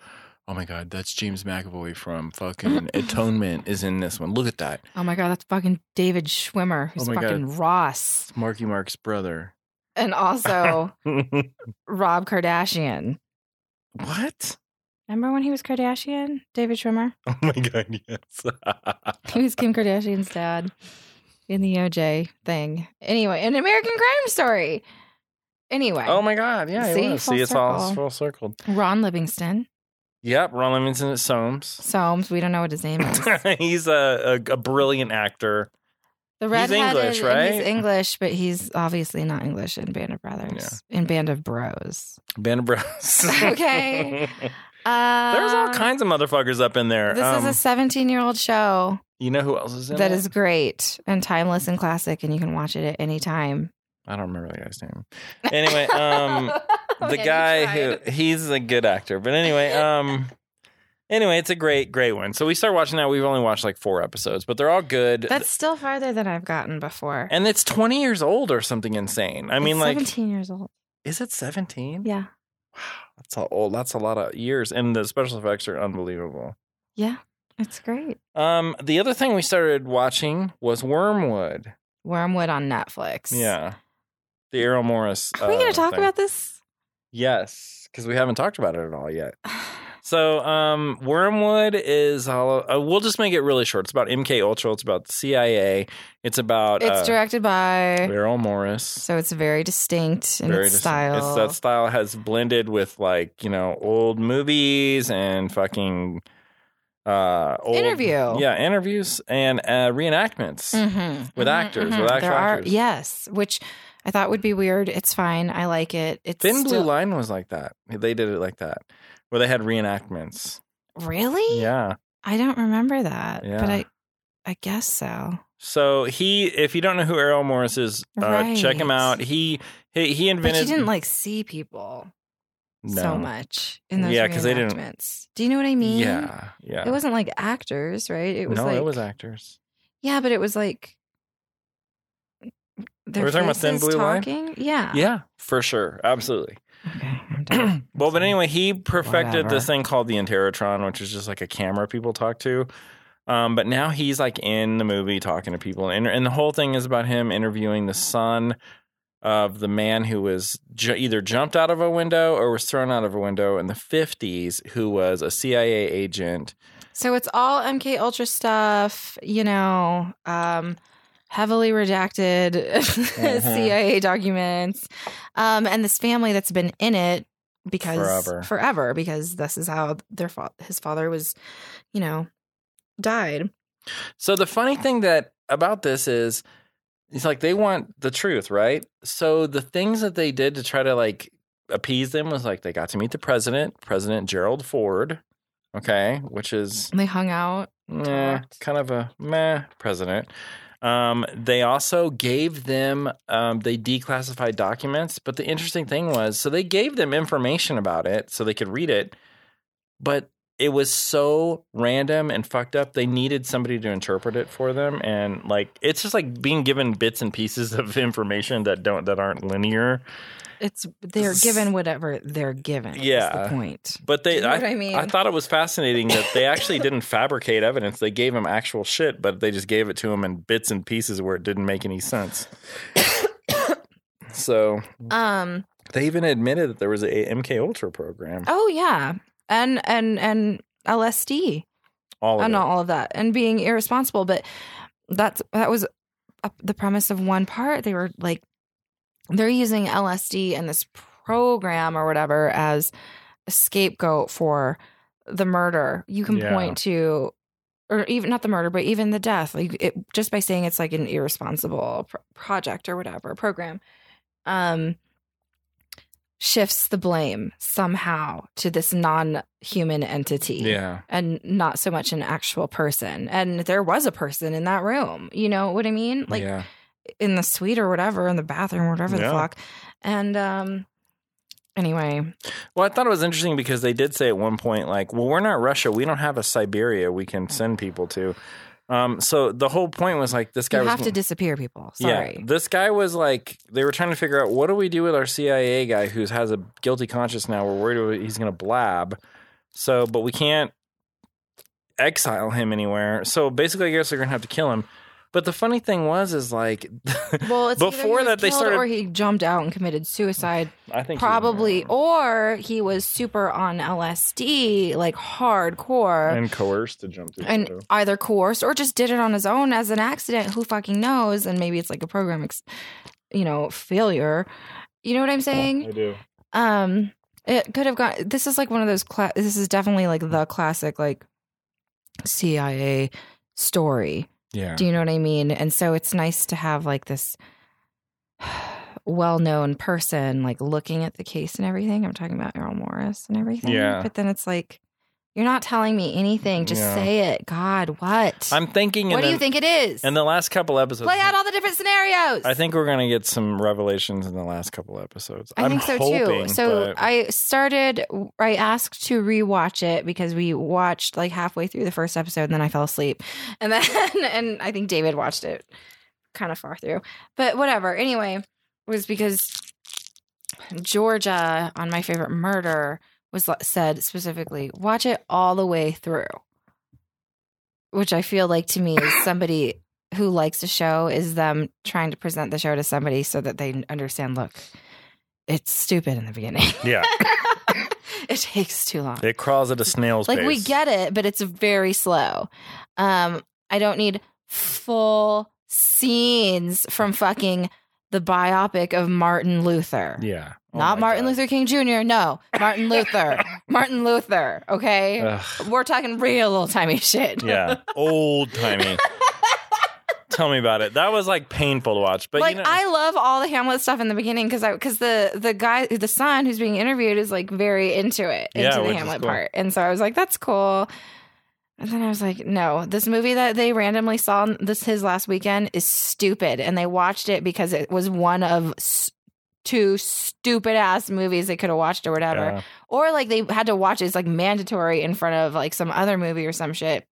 S1: Oh my god, that's James McAvoy from fucking Atonement is in this one. Look at that.
S2: Oh my god, that's fucking David Schwimmer, who's
S1: Oh my God.
S2: fucking Ross,
S1: It's Marky Mark's brother.
S2: and also Rob Kardashian.
S1: what?
S2: Remember when he was Kardashian? David Schwimmer.
S1: Oh my god, yes.
S2: He was Kim Kardashian's dad in the OJ thing. Anyway, an American Crime Story. Anyway,
S1: oh my god, yeah.
S2: See,
S1: See, was.
S2: full
S1: See it's all
S2: circle.
S1: full circled.
S2: Ron Livingston,
S1: Yep, Ron Livingston at Soames.
S2: Soames. We don't know what his name is.
S1: he's a, a a brilliant actor.
S2: The
S1: He's
S2: redheaded,
S1: English,
S2: and
S1: right?
S2: He's English, but he's obviously not English in Band of Brothers. In Band of Bros.
S1: Band of Brothers.
S2: Okay. Uh,
S1: There's all kinds of motherfuckers up in there.
S2: This is
S1: Um,
S2: a 17 year old show
S1: you know who else is in
S2: that
S1: it?
S2: is great and timeless and classic, and you can watch it at any time.
S1: I don't remember the guy's name. Anyway, um, the
S2: Okay, you
S1: guy
S2: tried.
S1: who he's a good actor, but anyway, um, anyway, it's a great, great one. So we start watching that. We've only watched like four episodes, but they're all good.
S2: That's still farther than I've gotten before.
S1: and it's twenty years old or something insane. I mean,
S2: It's
S1: like,
S2: 17 years old.
S1: is it seventeen?
S2: Yeah.
S1: That's a old. That's a lot of years, and the special effects are unbelievable.
S2: Yeah. It's great.
S1: Um, the other thing we started watching was Wormwood.
S2: Wormwood on Netflix.
S1: Yeah, the Errol Morris.
S2: Are we
S1: uh,
S2: going to talk
S1: thing.
S2: about this?
S1: Yes, because we haven't talked about it at all yet. So, um, Wormwood is all. Uh, we'll just make it really short. It's about MK Ultra. It's about the CIA. It's about
S2: It's
S1: uh,
S2: directed by.
S1: Errol Morris.
S2: So it's very distinct in its
S1: dis-
S2: style.
S1: It's, that style has blended with like you know old movies and fucking uh, old,
S2: Interview.
S1: Yeah, interviews and uh, reenactments.
S2: Mhm,
S1: With
S2: mhm,
S1: actors,
S2: mhm.
S1: with actual
S2: there are,
S1: actors.
S2: Yes, which I thought would be weird. It's fine. I like it. It's
S1: Thin Blue
S2: still-
S1: Line was like that. They did it like that, where they had reenactments.
S2: Really?
S1: Yeah.
S2: I don't remember that, but
S1: Yeah.
S2: I, I guess so.
S1: So he, if you don't know who Errol Morris is, uh,
S2: Right.
S1: check him out. He he, he
S2: But
S1: invented.
S2: you didn't like see people so much in those
S1: Yeah, 'cause they didn't-
S2: reenactments. Do you know what I mean?
S1: Yeah, yeah.
S2: It wasn't like actors, right? It was
S1: no,
S2: like
S1: it was actors.
S2: yeah, but it was like their
S1: We're talking about Thin
S2: faces
S1: Blue Line?
S2: talking. Yeah.
S1: Yeah, for sure, absolutely.
S2: Okay. I'm
S1: well,
S2: done.
S1: but anyway, he perfected
S2: Whatever.
S1: this thing called the Interrotron, which is just like a camera people talk to. Um, but now he's like in the movie talking to people, and and the whole thing is about him interviewing the son of the man who was ju- either jumped out of a window or was thrown out of a window in the fifties, who was a CIA agent.
S2: So it's all MK Ultra stuff, you know, um, heavily redacted
S1: Mm-hmm.
S2: CIA documents, um, and this family that's been in it because
S1: Forever.
S2: forever, because this is how their fa- his father was, you know, died.
S1: So the funny thing that about this is it's like they want the truth, right? So the things that they did to try to like appease them was like they got to meet the president, President Gerald Ford, okay, which is
S2: And they hung out.
S1: eh,
S2: Correct.
S1: kind of a meh president. Um, they also gave them um, they declassified documents, but the interesting thing was so they gave them information about it so they could read it, but it was so random and fucked up. They needed somebody to interpret it for them, and like it's just like being given bits and pieces of information that don't that aren't linear.
S2: It's they're given whatever they're given. Yeah,
S1: Yeah.
S2: the point.
S1: But they,
S2: You know
S1: I,
S2: what I mean?
S1: I thought it was fascinating that they actually didn't fabricate evidence. They gave him actual shit, but they just gave it to him in bits and pieces where it didn't make any sense. so
S2: Um.
S1: they even admitted that there was a MK Ultra program.
S2: Oh yeah, and and and LSD.
S1: all of
S2: and
S1: it.
S2: Uh, all of that and being irresponsible but that's that was a, the premise of one part they were like they're using lsd and this program or whatever as a scapegoat for the murder you can
S1: Yeah.
S2: point to or even not the murder but even the death like it, just by saying it's like an irresponsible pro- project or whatever program um shifts the blame somehow to this non human entity.
S1: Yeah.
S2: And not so much an actual person. And there was a person in that room. You know what I mean? Like
S1: yeah.
S2: in the suite or whatever, in the bathroom, or whatever the
S1: Yeah.
S2: fuck. And um anyway,
S1: Well, I thought it was interesting because they did say at one point, like, well, we're not Russia. We don't have a Siberia we can send people to. Um, so the whole point was like this guy
S2: you
S1: was
S2: have to disappear people. Sorry.
S1: Yeah, this guy was like they were trying to figure out what do we do with our CIA guy who has a guilty conscience now. We're worried he's going to blab. So, but we can't exile him anywhere. So basically, I guess they're going to have to kill him. But the funny thing was, is like
S2: Well, it's either he
S1: Before
S2: was
S1: that, they
S2: killed
S1: started-
S2: or he jumped out and committed suicide,
S1: I think he-
S2: probably, or he was super on LSD, like hardcore,
S1: and coerced to jump through.
S2: and,
S1: the window.
S2: either coerced or just did it on his own as an accident. Who fucking knows? And maybe it's like a program, ex- you know, failure. You know what I'm saying?
S1: I do.
S2: Um, it could have gone. This is like one of those. Cla- this is definitely like the classic like CIA story.
S1: Yeah.
S2: Do you know what I mean? And so it's nice to have like this well known person like looking at the case and everything. I'm talking about Errol Morris and everything.
S1: Yeah.
S2: But then it's like, you're not telling me anything. Just
S1: Yeah.
S2: say it. God, what?
S1: I'm thinking.
S2: what
S1: in
S2: do
S1: the,
S2: you think it is?
S1: In the last couple episodes,
S2: Play out all the different scenarios.
S1: I think we're going to get some revelations in the last couple episodes.
S2: I
S1: am
S2: think so
S1: hoping,
S2: too. So
S1: but-
S2: I started, I asked to rewatch it because we watched like halfway through the first episode and then I fell asleep. And then, and I think David watched it kind of far through. But whatever. Anyway, it was because Georgia on My Favorite Murder was li- said specifically, watch it all the way through, which I feel like to me is somebody who likes a show is them trying to present the show to somebody so that they understand look it's stupid in the beginning
S1: yeah,
S2: it takes too long
S1: it crawls at a snail's
S2: like
S1: pace.
S2: we get it but it's very slow um i don't need full scenes from fucking the biopic of martin luther
S1: Yeah. Oh
S2: not
S1: my
S2: martin
S1: God.
S2: luther king jr no martin luther martin luther okay
S1: Ugh.
S2: we're talking real old timey shit
S1: Uh. yeah, old timey. Tell me about it. That was like painful to watch, but
S2: like
S1: you know,
S2: I love all the Hamlet stuff in the beginning because I because the the guy the son who's being interviewed is like very into it into
S1: Yeah,
S2: the
S1: which is
S2: Hamlet
S1: cool.
S2: part, and so I was like, that's cool. And then I was like, no, this movie that they randomly saw on this his last weekend is stupid, and they watched it because it was one of s- two stupid ass movies they could have watched or whatever,
S1: yeah.
S2: or like they had to watch it. It's like mandatory in front of like some other movie or some shit.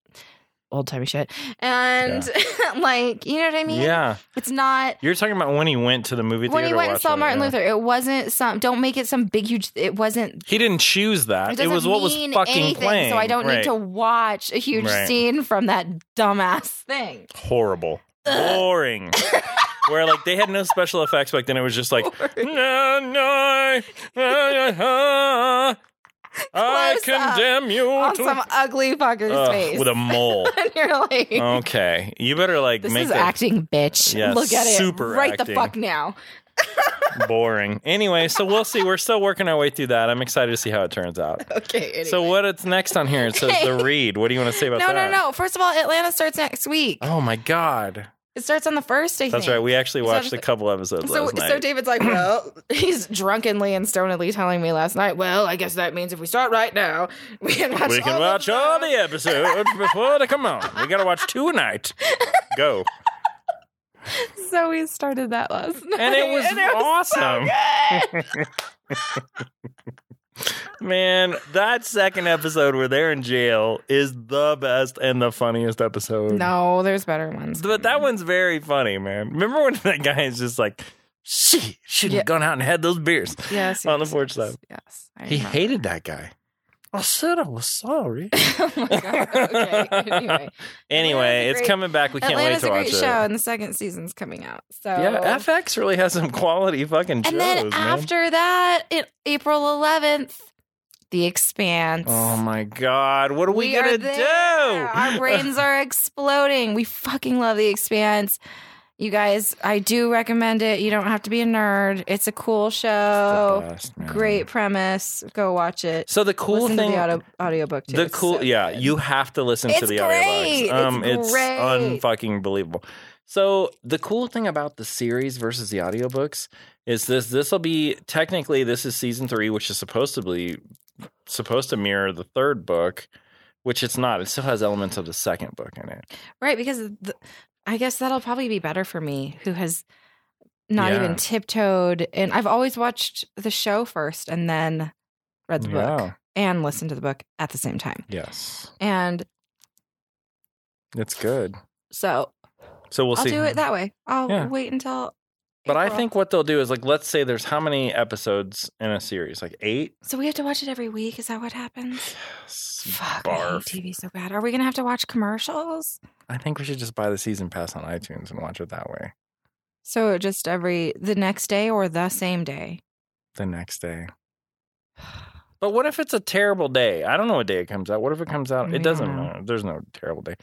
S2: Old timey shit. And like, you know what I mean?
S1: Yeah.
S2: It's not
S1: you're talking about when he went to the movie theater.
S2: when he
S1: to
S2: went and
S1: watch
S2: saw
S1: it,
S2: Martin
S1: yeah.
S2: Luther, it wasn't some. Don't make it some big huge. It wasn't.
S1: He didn't choose that.
S2: It,
S1: It,
S2: doesn't
S1: was what was
S2: mean
S1: fucking
S2: anything,
S1: playing.
S2: So I don't
S1: Right.
S2: need to watch a huge
S1: Right.
S2: scene from that dumbass thing.
S1: horrible, boring. Where like they had no special effects back then. It was just like no, no, I
S2: Close up
S1: condemn you
S2: on
S1: to
S2: some ugly fucker's
S1: Ugh,
S2: face,
S1: with a mole.
S2: and you're like,
S1: okay, you better like
S2: "This
S1: make
S2: is
S1: that
S2: acting, bitch.
S1: Yeah,
S2: Look at
S1: super
S2: it, right the
S1: acting.
S2: fuck now."
S1: boring. Anyway, so we'll see. We're still working our way through that. I'm excited to see how it turns out.
S2: Okay. Anyway.
S1: So what it's next on here? It says the read. What do you want to say about
S2: no,
S1: that?
S2: no, no. First of all, Atlanta starts next week.
S1: Oh my god,
S2: It starts on the first. I
S1: that's
S2: think.
S1: right. We actually
S2: So
S1: watched
S2: I'm-
S1: a couple episodes
S2: So,
S1: last night.
S2: so David's like, well, he's drunkenly and stonedly telling me last night, well, I guess that means if we start right now, we can watch,
S1: we can
S2: all,
S1: watch
S2: of
S1: all
S2: them."
S1: the episodes before they come out. We gotta watch two a night. Go,
S2: So we started that last night.
S1: and it was awesome,
S2: good.
S1: man. That second episode where they're in jail is the best and the funniest episode.
S2: no, there's better ones.
S1: But that one's very funny, man. Remember when that guy is just like, she shouldn't
S2: Yeah.
S1: have gone out and had those beers.
S2: yes,
S1: on the
S2: yes,
S1: porch
S2: yes,
S1: side.
S2: Yes. I
S1: He
S2: remember.
S1: hated that guy. I said I was sorry.
S2: oh my God. Okay. Anyway,
S1: anyway, it's
S2: great-
S1: coming back. We can't
S2: Atlanta's
S1: wait to
S2: a
S1: watch
S2: great
S1: it.
S2: show, and the second season's coming out. So
S1: Yeah, FX really has some quality fucking shows,
S2: and then
S1: man.
S2: after that, it, April 11th, The Expanse.
S1: oh my god, what are we,
S2: We are
S1: gonna
S2: there.
S1: do?
S2: Our brains are exploding. We fucking love The Expanse. You guys, I do recommend it. You don't have to be a nerd. It's a cool
S1: The
S2: show.
S1: best, man.
S2: Great premise. Go watch it.
S1: So the cool
S2: Listen
S1: thing,
S2: to the audio, audiobook too.
S1: the
S2: It's
S1: cool,
S2: so
S1: yeah,
S2: good.
S1: you have to listen to
S2: It's
S1: the
S2: great.
S1: audiobooks. Um,
S2: It's
S1: it's,
S2: great.
S1: unfucking believable. So the cool thing about the series versus the audiobooks is this this will be technically this is season 3 which is supposed to be supposed to mirror the third book which it's not. It still has elements of the second book in it.
S2: Right, because th I guess that'll probably be better for me, who has not
S1: Yeah.
S2: even tiptoed. And I've always watched the show first and then read the book
S1: Yeah.
S2: and listened to the book at the same time.
S1: Yes.
S2: And
S1: It's good.
S2: so
S1: So we'll
S2: I'll
S1: see.
S2: do it that way. I'll
S1: Yeah.
S2: wait until.
S1: but I
S2: April.
S1: think what they'll do is like let's say there's how many episodes in a series? Like 8?
S2: so. We have to watch it every week. Is that what happens?
S1: Yes.
S2: Fuck, I hate
S1: Barf.
S2: TV so bad. Are we gonna have to watch commercials?
S1: I think we should just buy the season pass on iTunes and watch it that way
S2: So just every the next day or the same day.
S1: the next day. But what if it's a terrible day? I don't know what day it comes out. What if it comes out?
S2: We
S1: It doesn't
S2: don't know.
S1: matter. There's no terrible day.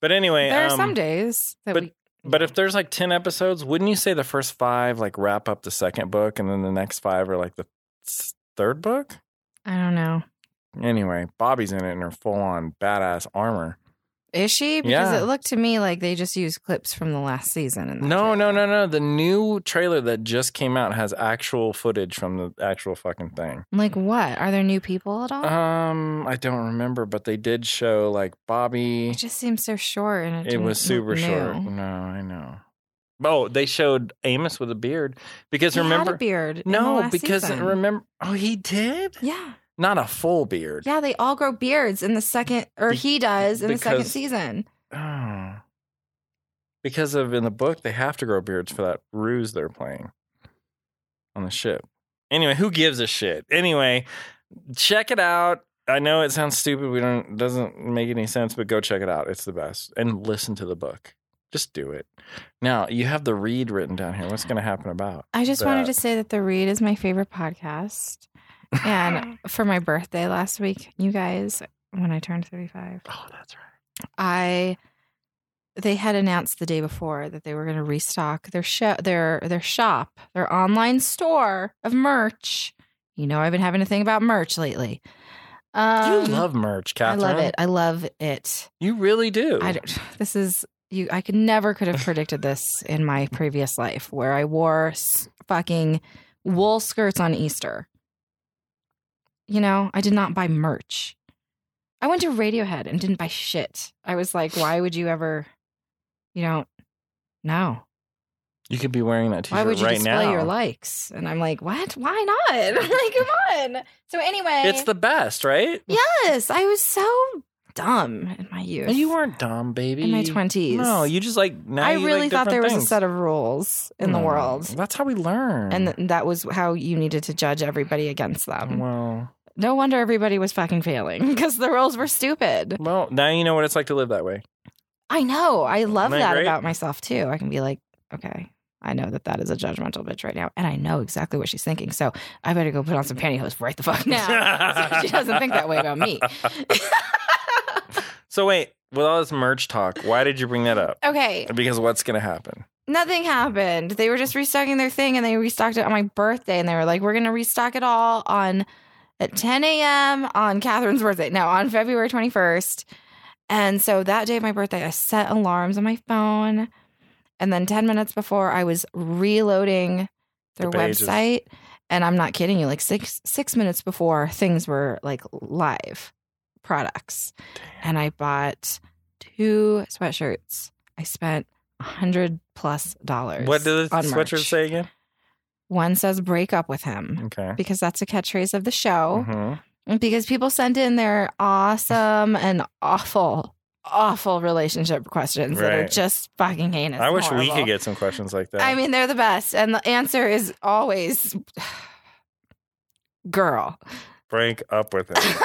S1: But anyway,
S2: there are
S1: um,
S2: some days that
S1: but-
S2: we.
S1: But if there's like 10 episodes, wouldn't you say the first five like wrap up the second book and then the next five are like the s- third book?
S2: I don't know.
S1: Anyway, Bobby's in it in her full on badass armor.
S2: Is she? Because
S1: Yeah.
S2: it looked to me like they just used clips from the last season. And
S1: No, no, no, no. The new trailer that just came out has actual footage from the actual fucking thing.
S2: Like what? Are there new people at all?
S1: Um, I don't remember, but they did show like Bobby.
S2: it just seems so short, and it,
S1: It
S2: didn't
S1: was super
S2: look new.
S1: short. No, I know. Oh, they showed Amos with a beard because
S2: He
S1: remember?
S2: had a beard. in the
S1: No,
S2: last
S1: because
S2: season.
S1: remember? Oh, he did.
S2: Yeah,
S1: Not a full beard.
S2: yeah, they all grow beards in the second, or
S1: Be-
S2: he does in the second
S1: because-
S2: season.
S1: Oh. Because of in the book, they have to grow beards for that ruse they're playing on the ship. Anyway, who gives a shit? Anyway, check it out. I know it sounds stupid. We don't doesn't make any sense, but go check it out. It's the best. And listen to the book. Just do it. Now you have the read written down here. What's going to happen about?
S2: I just wanted
S1: That-
S2: to say that the read is my favorite podcast, and for my birthday last week, you guys, when I turned thirty-five,
S1: oh, that's right.
S2: I they had announced the day before that they were going to restock their show their their shop, their online store of merch. You know, I've been having a thing about merch lately. Um,
S1: you love merch,
S2: I
S1: Catherine.
S2: love it. I love it.
S1: You really do.
S2: I don't, this is you I could never could have predicted this in my previous life where I wore s- fucking wool skirts on Easter. You know, I did not buy merch. I went to Radiohead and didn't buy shit. I was like, why would you ever you don't no.
S1: you could be wearing that t-shirt
S2: Why would you
S1: right
S2: display
S1: now.
S2: your likes? And I'm like, what? Why not? I'm like, come on. So anyway,
S1: It's the best, right?
S2: yes. I was so dumb in my youth.
S1: You weren't dumb, baby.
S2: in my twenties.
S1: No, you just like now.
S2: I
S1: you like
S2: really thought
S1: different
S2: there was
S1: things. Hmm.
S2: a set of rules in the
S1: No,
S2: world,
S1: That's how we learn.
S2: and um, th- that was how you needed to judge everybody against them.
S1: well,
S2: No wonder everybody was fucking failing because the rules were stupid.
S1: well, now you know what it's like to live that way.
S2: I know. I love
S1: Isn't that
S2: that
S1: great?
S2: about myself too. I can be like, okay, I know that that is a judgmental bitch right now, and I know exactly what she's thinking. So I better go put on some pantyhose right the fuck now. so she doesn't think that way about me.
S1: So wait, with all this merch talk, why did you bring that up?
S2: okay,
S1: Because what's going to happen?
S2: nothing happened. They were just restocking their thing and they restocked it on my birthday and they were like, we're going to restock it all on at 10 a.m. on Catherine's birthday. Now, on February 21st. And so that day of my birthday, I set alarms on my phone. And then 10 minutes before, I was reloading their
S1: The pages.
S2: website. And I'm not kidding you, like six six minutes before things were like live products. And I bought two sweatshirts. I spent a hundred plus dollars.
S1: What does the
S2: on merch.
S1: sweatshirt say again?
S2: One says break up with him
S1: Okay.
S2: because that's a catchphrase of the show.
S1: Mhm.
S2: Because people sent in their awesome and awful, awful relationship questions that are
S1: Right.
S2: just fucking heinous.
S1: I
S2: and
S1: wish we
S2: horrible.
S1: could get some questions like that.
S2: I mean, they're the best. And the answer is always girl.
S1: break up with him,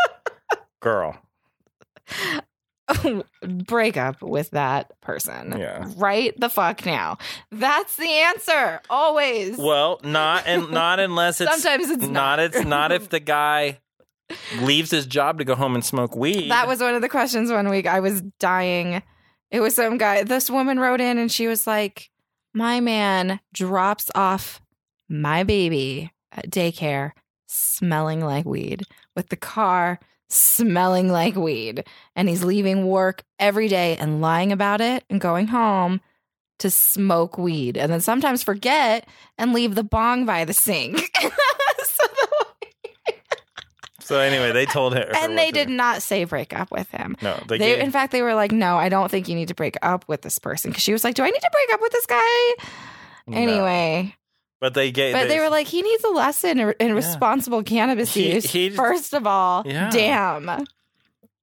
S1: girl.
S2: break up with that person.
S1: Yeah.
S2: Right the fuck now. That's the answer. Always.
S1: Well, not and not unless it's
S2: Sometimes it's
S1: not.
S2: not.
S1: It's not if the guy leaves his job to go home and smoke weed.
S2: That was one of the questions one week. I was dying. It was some guy. This woman wrote in and she was like, My man drops off my baby at daycare smelling like weed with the car smelling like weed. And he's leaving work every day and lying about it and going home to smoke weed and then sometimes forget and leave the bong by the sink. So the-
S1: So anyway, they told her,
S2: and they did not say break up with him.
S1: No,
S2: They,
S1: they, gave,
S2: in fact, they were like, "No, I don't think you need to break up with this person." Because she was like, "Do I need to break up with this guy?"
S1: no.
S2: Anyway,
S1: but they gave,
S2: but they, were like, "He needs a lesson in, in
S1: Yeah.
S2: responsible cannabis
S1: He-
S2: use."
S1: he-
S2: first of all,
S1: Yeah.
S2: damn.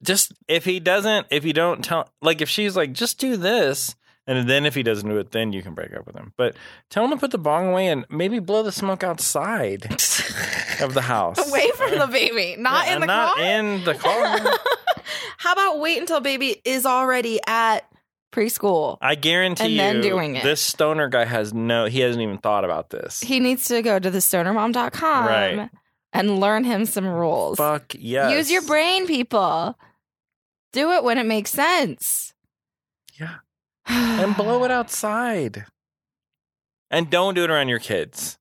S1: just if he doesn't, if you don't tell, like if she's like, just do this, and then if he doesn't do it, then you can break up with him. But tell him to put the bong away and maybe blow the smoke outside of the house,
S2: Away from the baby, not
S1: Yeah,
S2: in the
S1: not
S2: car.
S1: in the car.
S2: How about wait until baby is already at preschool?
S1: I guarantee
S2: And
S1: you,
S2: then doing it.
S1: this stoner guy has no, he hasn't even thought about this.
S2: He needs to go to the stonermom.com
S1: Right.
S2: and learn him some rules.
S1: Fuck yes,
S2: Use your brain, people. Do it when it makes sense.
S1: Yeah. and blow it outside. And don't do it around your kids,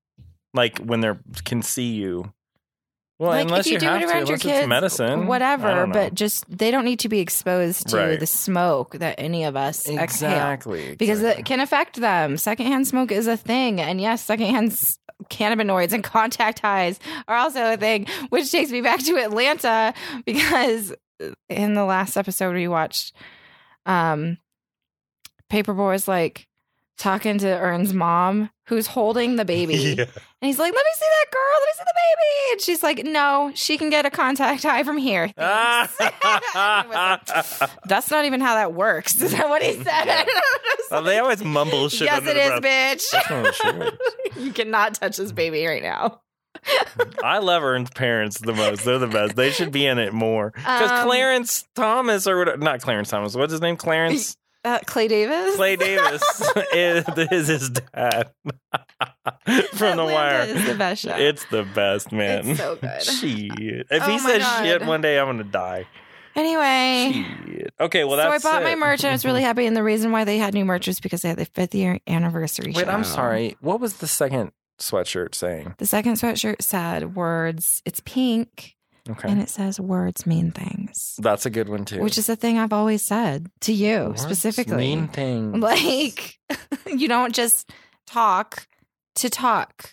S1: like when they can see you. Well,
S2: Like,
S1: unless
S2: if you, do
S1: have
S2: it around
S1: to,
S2: your
S1: unless
S2: kids,
S1: it's medicine, I
S2: whatever.
S1: don't know.
S2: But just they don't need to be exposed to
S1: Right.
S2: the smoke that any of us exhale
S1: exactly
S2: because
S1: exactly.
S2: it can affect them. Secondhand smoke is a thing, and yes, secondhand s- cannabinoids and contact highs are also a thing. Which takes me back to Atlanta because uh, in the last episode we watched, um, Paperboy was like talking to Ern's mom, who's holding the baby. And he's like, let me see that girl. Let me see the baby. And she's like, no, she can get a contact high from here. Thanks. And he was like,
S1: Ah.
S2: That's not even how that works. Is that what he said?
S1: Yeah.
S2: And I was
S1: Well, they
S2: like,
S1: always mumble shit.
S2: yes,
S1: under
S2: it
S1: their
S2: is,
S1: breath. That's not
S2: bitch.
S1: sure.
S2: you cannot touch this baby right now.
S1: I love Ern's parents the most. They're the best. They should be in it more. Because
S2: Um,
S1: Clarence Thomas, or whatever, not Clarence Thomas, what's his name? Clarence
S2: Uh, Clay Davis?
S1: Clay Davis is, is his dad from The
S2: Atlanta
S1: Wire.
S2: is the best show.
S1: It's the best, man.
S2: It's so good.
S1: Shit. If
S2: Oh
S1: he
S2: my
S1: says
S2: God.
S1: shit one day, I'm gonna die.
S2: Anyway.
S1: Shit. Okay, well
S2: so I
S1: that's.
S2: bought
S1: it.
S2: my merch and I was really happy. And the reason why they had new merch was because they had the fifth year anniversary.
S1: Wait, I'm
S2: show.
S1: sorry. What was the second sweatshirt saying?
S2: The second sweatshirt said words. It's pink.
S1: Okay,
S2: and it says words mean things,
S1: that's a good one too.
S2: which is a thing I've always said to you
S1: Words
S2: specifically.
S1: mean thing.
S2: Like, you don't just talk to talk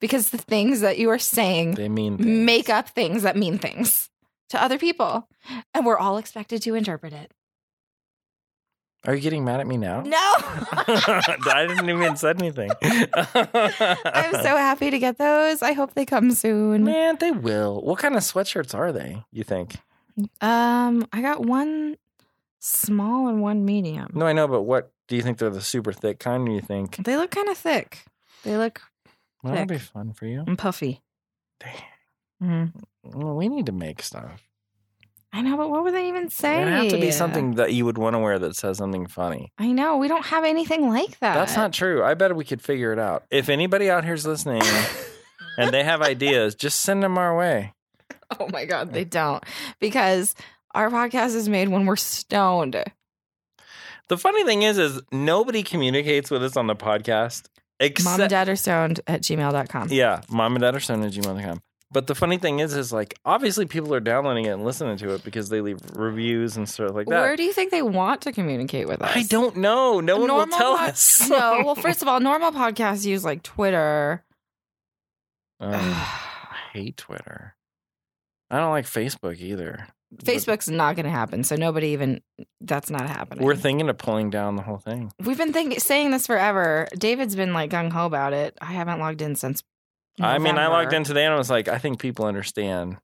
S2: because the things that you are saying
S1: they mean things.
S2: make up things that mean things to other people, and we're all expected to interpret it.
S1: Are you getting mad at me now?
S2: No.
S1: I didn't even said anything.
S2: I'm so happy to get those. I hope they come soon.
S1: Man, they will. What kind of sweatshirts are they? You think?
S2: Um, I got one small and one medium.
S1: No, I know, but what do you think they're the super thick kind? Or you think
S2: They look kind of thick. They look
S1: well, that'd be
S2: Thick.
S1: fun for you?
S2: puffy.
S1: Dang.
S2: Mhm.
S1: Well, we need to make stuff.
S2: I know, but what would they even say?
S1: It'd have to be something that you would want to wear that says something funny.
S2: I know. We don't have anything like that.
S1: That's not true. I bet we could figure it out. If anybody out here's listening and they have ideas, just send them our way.
S2: oh my god, they don't because our podcast is made when we're stoned.
S1: The funny thing is, is nobody communicates with us on the podcast
S2: Mom and
S1: except
S2: dad are stoned at gmail.com.
S1: yeah, mom and dad are sending gmail.com. But the funny thing is, is like obviously people are downloading it and listening to it because they leave reviews and stuff like that.
S2: Where do you think they want to communicate with us?
S1: I don't know. No one will
S2: Normal
S1: tell
S2: pod-
S1: us.
S2: no. Well, first of all, normal podcasts use like Twitter.
S1: Um, I hate Twitter. I don't like Facebook either.
S2: Facebook's not going to happen, so nobody even. That's not happening.
S1: We're thinking of pulling down the whole thing.
S2: We've been think- saying this forever. David's been like gung ho about it. I haven't logged in since.
S1: I mean, I
S2: November.
S1: logged in today and I was like, I think people understand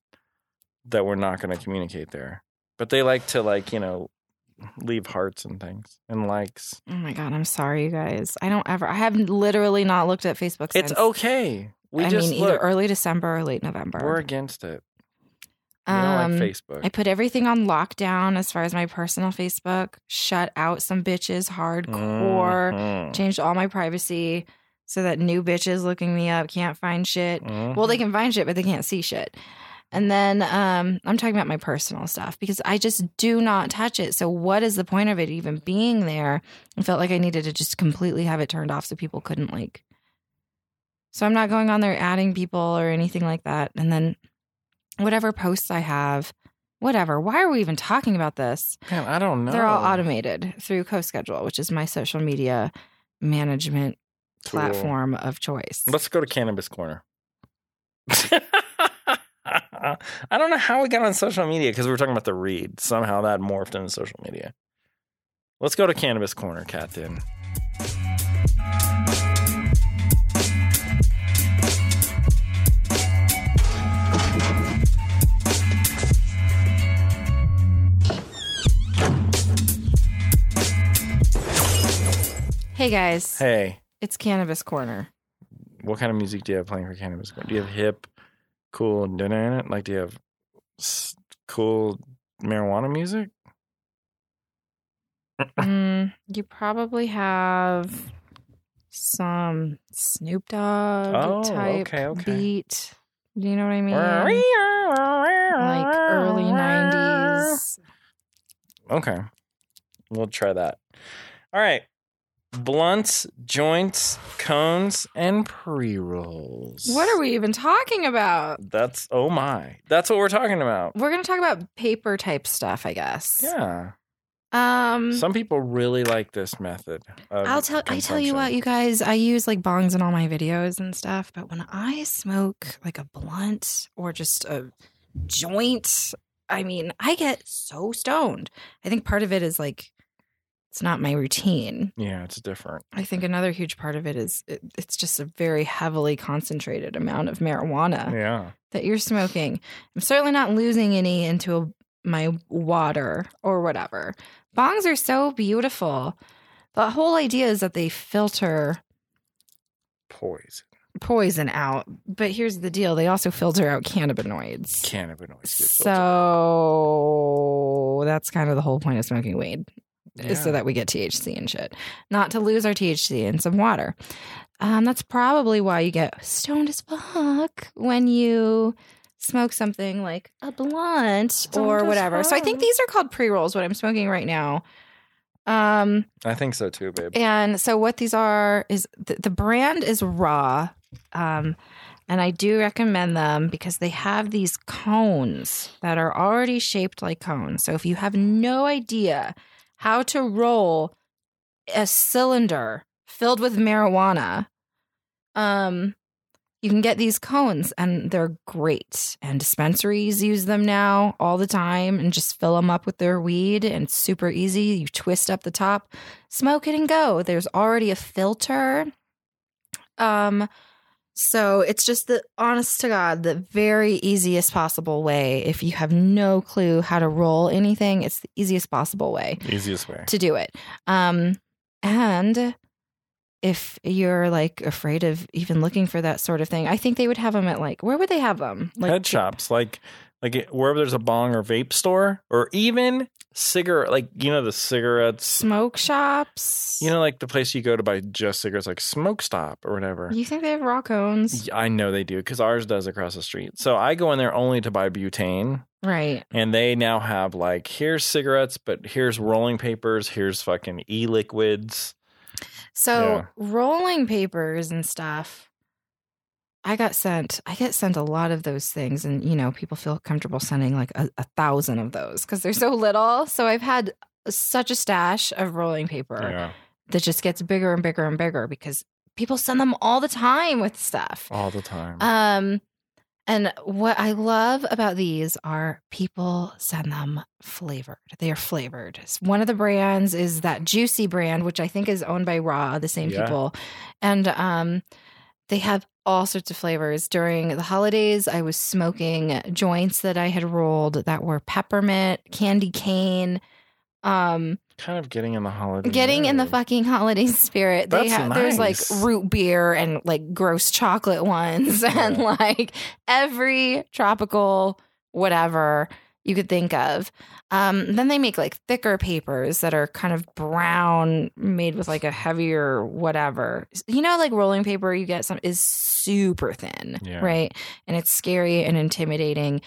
S1: that we're not going to communicate there, but they like to like you know leave hearts and things and likes.
S2: Oh my god, I'm sorry, you guys. I don't ever. I have literally not looked at Facebook. Since,
S1: It's okay. We
S2: I
S1: just
S2: mean, either
S1: look.
S2: early December or late November.
S1: we're against it. We don't
S2: um,
S1: like Facebook.
S2: I put everything on lockdown as far as my personal Facebook. Shut out some bitches hardcore.
S1: Mhm.
S2: Changed all my privacy so that new bitches looking me up can't find shit.
S1: Mhm.
S2: Well, they can find shit, but they can't see shit. And then um, I'm talking about my personal stuff because I just do not touch it. So, what is the point of it even being there? I felt like I needed to just completely have it turned off so people couldn't like. So, I'm not going on there adding people or anything like that. And then whatever posts I have, Whatever. Why are we even talking about this?
S1: Man, I don't know.
S2: They're all automated through CoSchedule, which is my social media management
S1: Cool.
S2: platform of choice.
S1: Let's go to Cannabis Corner. I don't know how we got on social media because we were talking about the read. Somehow that morphed into social media. Let's go to Cannabis Corner, Captain.
S2: Hey guys,
S1: Hey,
S2: it's Cannabis Corner.
S1: what kind of music do you have playing for Cannabis Corner? Do you have hip, cool, da-da-da? like do you have s- cool marijuana music?
S2: Mm, you probably have some Snoop Dogg
S1: Oh,
S2: type
S1: okay, okay.
S2: beat. Do you know what I mean? Like early 90s.
S1: Okay. We'll try that. All right. Blunts, joints, cones, and pre rolls.
S2: What are we even talking about?
S1: That's, oh my. That's what we're talking about.
S2: We're going to talk about paper type stuff, I guess.
S1: Yeah.
S2: Um
S1: Some people really like this method. of
S2: I'll tell I tell you what,
S1: consumption.
S2: you guys, I use like bongs in all my videos and stuff, but when I smoke like a blunt or just a joint, I mean, I get so stoned. I think part of it is like it's not my routine.
S1: Yeah, it's different.
S2: I think another huge part of it is it, it's just a very heavily concentrated amount of marijuana
S1: Yeah.
S2: that you're smoking. I'm certainly not losing any into a, my water or whatever. Bongs are so beautiful. The whole idea is that they filter
S1: Poison.
S2: poison out, but here's the deal they also filter out cannabinoids.
S1: Cannabinoids. get filtered.
S2: So that's kind of the whole point of smoking weed is so
S1: Yeah.
S2: that we get THC and shit, not to lose our THC in some water. Um, that's probably why you get stoned as fuck when you smoke something like a blunt
S1: Stoned
S2: or
S1: as
S2: whatever. So I think
S1: fuck.
S2: these are called pre rolls. What I'm smoking right now. Um,
S1: I think so too, babe.
S2: and so what these are is th- the brand is Raw, um, and I do recommend them because they have these cones that are already shaped like cones. So if you have no idea how to roll a cylinder filled with marijuana, um, you can get these cones and they're great. And dispensaries use them now all the time and just fill them up with their weed and it's super easy. You twist up the top, smoke it and go. There's already a filter. Um so it's just the honest to god the very easiest possible way if you have no clue how to roll anything, it's the easiest possible way
S1: Easiest way.
S2: to do it. Um, and if you're like afraid of even looking for that sort of thing, I think they would have them at like where would they have them? Like
S1: head shops, like like wherever there's a bong or vape store, or even cigarette, like you know the cigarettes,
S2: smoke shops.
S1: you know, like the place you go to buy just cigarettes, like Smoke Stop or whatever.
S2: you think they have raw cones,
S1: Yeah, I know they do because ours does across the street. So I go in there only to buy butane,
S2: right?
S1: and they now have like here's cigarettes, but here's rolling papers, here's fucking e-liquids.
S2: So
S1: Yeah.
S2: rolling papers and stuff. I got sent. I get sent a lot of those things, and you know, people feel comfortable sending like a, a thousand of those because they're so little. So I've had such a stash of rolling paper.
S1: Yeah,
S2: that just gets bigger and bigger and bigger because people send them all the time with stuff.
S1: all the time.
S2: Um, and what I love about these are people send them flavored. They are flavored. One of the brands is that Juicy brand, which I think is owned by Raw, the same
S1: Yeah.
S2: people, and um, they have all sorts of flavors. During the holidays, I was smoking joints that I had rolled that were peppermint, candy cane, um,
S1: kind of getting in the holiday.
S2: getting in the
S1: mood.
S2: fucking holiday spirit. They
S1: That's
S2: have there's like
S1: nice.
S2: root beer and like gross chocolate ones and
S1: Yeah.
S2: like every tropical whatever you could think of. Um, then they make like thicker papers that are kind of brown, made with like a heavier whatever. You know, like rolling paper you get some is super thin,
S1: Yeah.
S2: right? And it's scary and intimidating.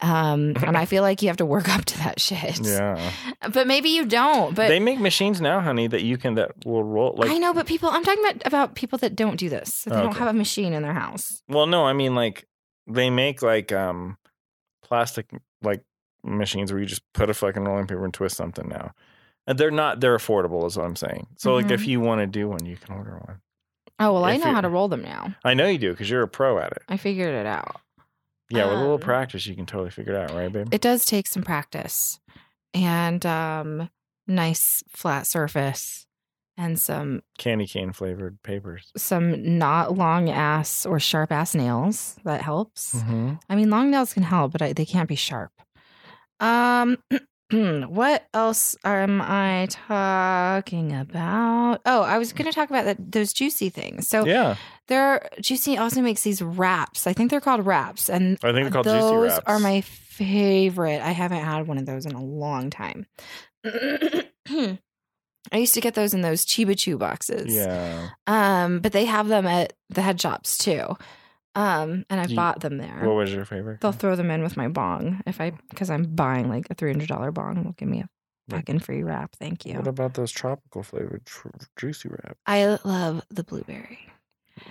S2: Um, and I feel like you have to work up to that shit.
S1: Yeah,
S2: But maybe you don't. But
S1: they make machines now, honey, that you can that will roll like Oh,
S2: I know, but people, I'm talking about, about people that don't do this. So they don't
S1: Okay.
S2: have a machine in their house.
S1: Well, no, I mean like they make like um plastic like machines where you just put a fucking rolling paper and twist something now. And they're not they're affordable is what I'm saying. So like if you want to do one, you can order one.
S2: Oh well, I
S1: If
S2: know
S1: it-
S2: how to roll them now.
S1: I know you do because you're a pro at it.
S2: I figured it out.
S1: Yeah, with a little
S2: Um,
S1: practice, you can totally figure Oh. it out, right, babe?
S2: It does take some practice, and um, nice flat surface, and some
S1: Candy cane flavored papers.
S2: some not long ass or sharp ass nails. That helps.
S1: Mm-hmm.
S2: I mean, long nails can help, but I, they can't be sharp. Um, what else am I talking about? Oh, I was going to talk about that, those juicy things. So
S1: Yeah,
S2: there, juicy also makes these wraps. I think they're called wraps, and
S1: I think they're called
S2: uh, those
S1: juicy wraps.
S2: are my favorite. I haven't had one of those in a long time. I used to get those in those Chiba Chew boxes.
S1: yeah.
S2: Um, but they have them at the head shops too. Um, and I
S1: Do you-
S2: bought them there.
S1: What was your favorite?
S2: They'll throw them in with my bong if I because I'm buying like a three hundred dollar bong. They'll give me a
S1: Right.
S2: fucking free wrap. Thank you.
S1: What about those tropical flavored tr- juicy wrap?
S2: I love the blueberry.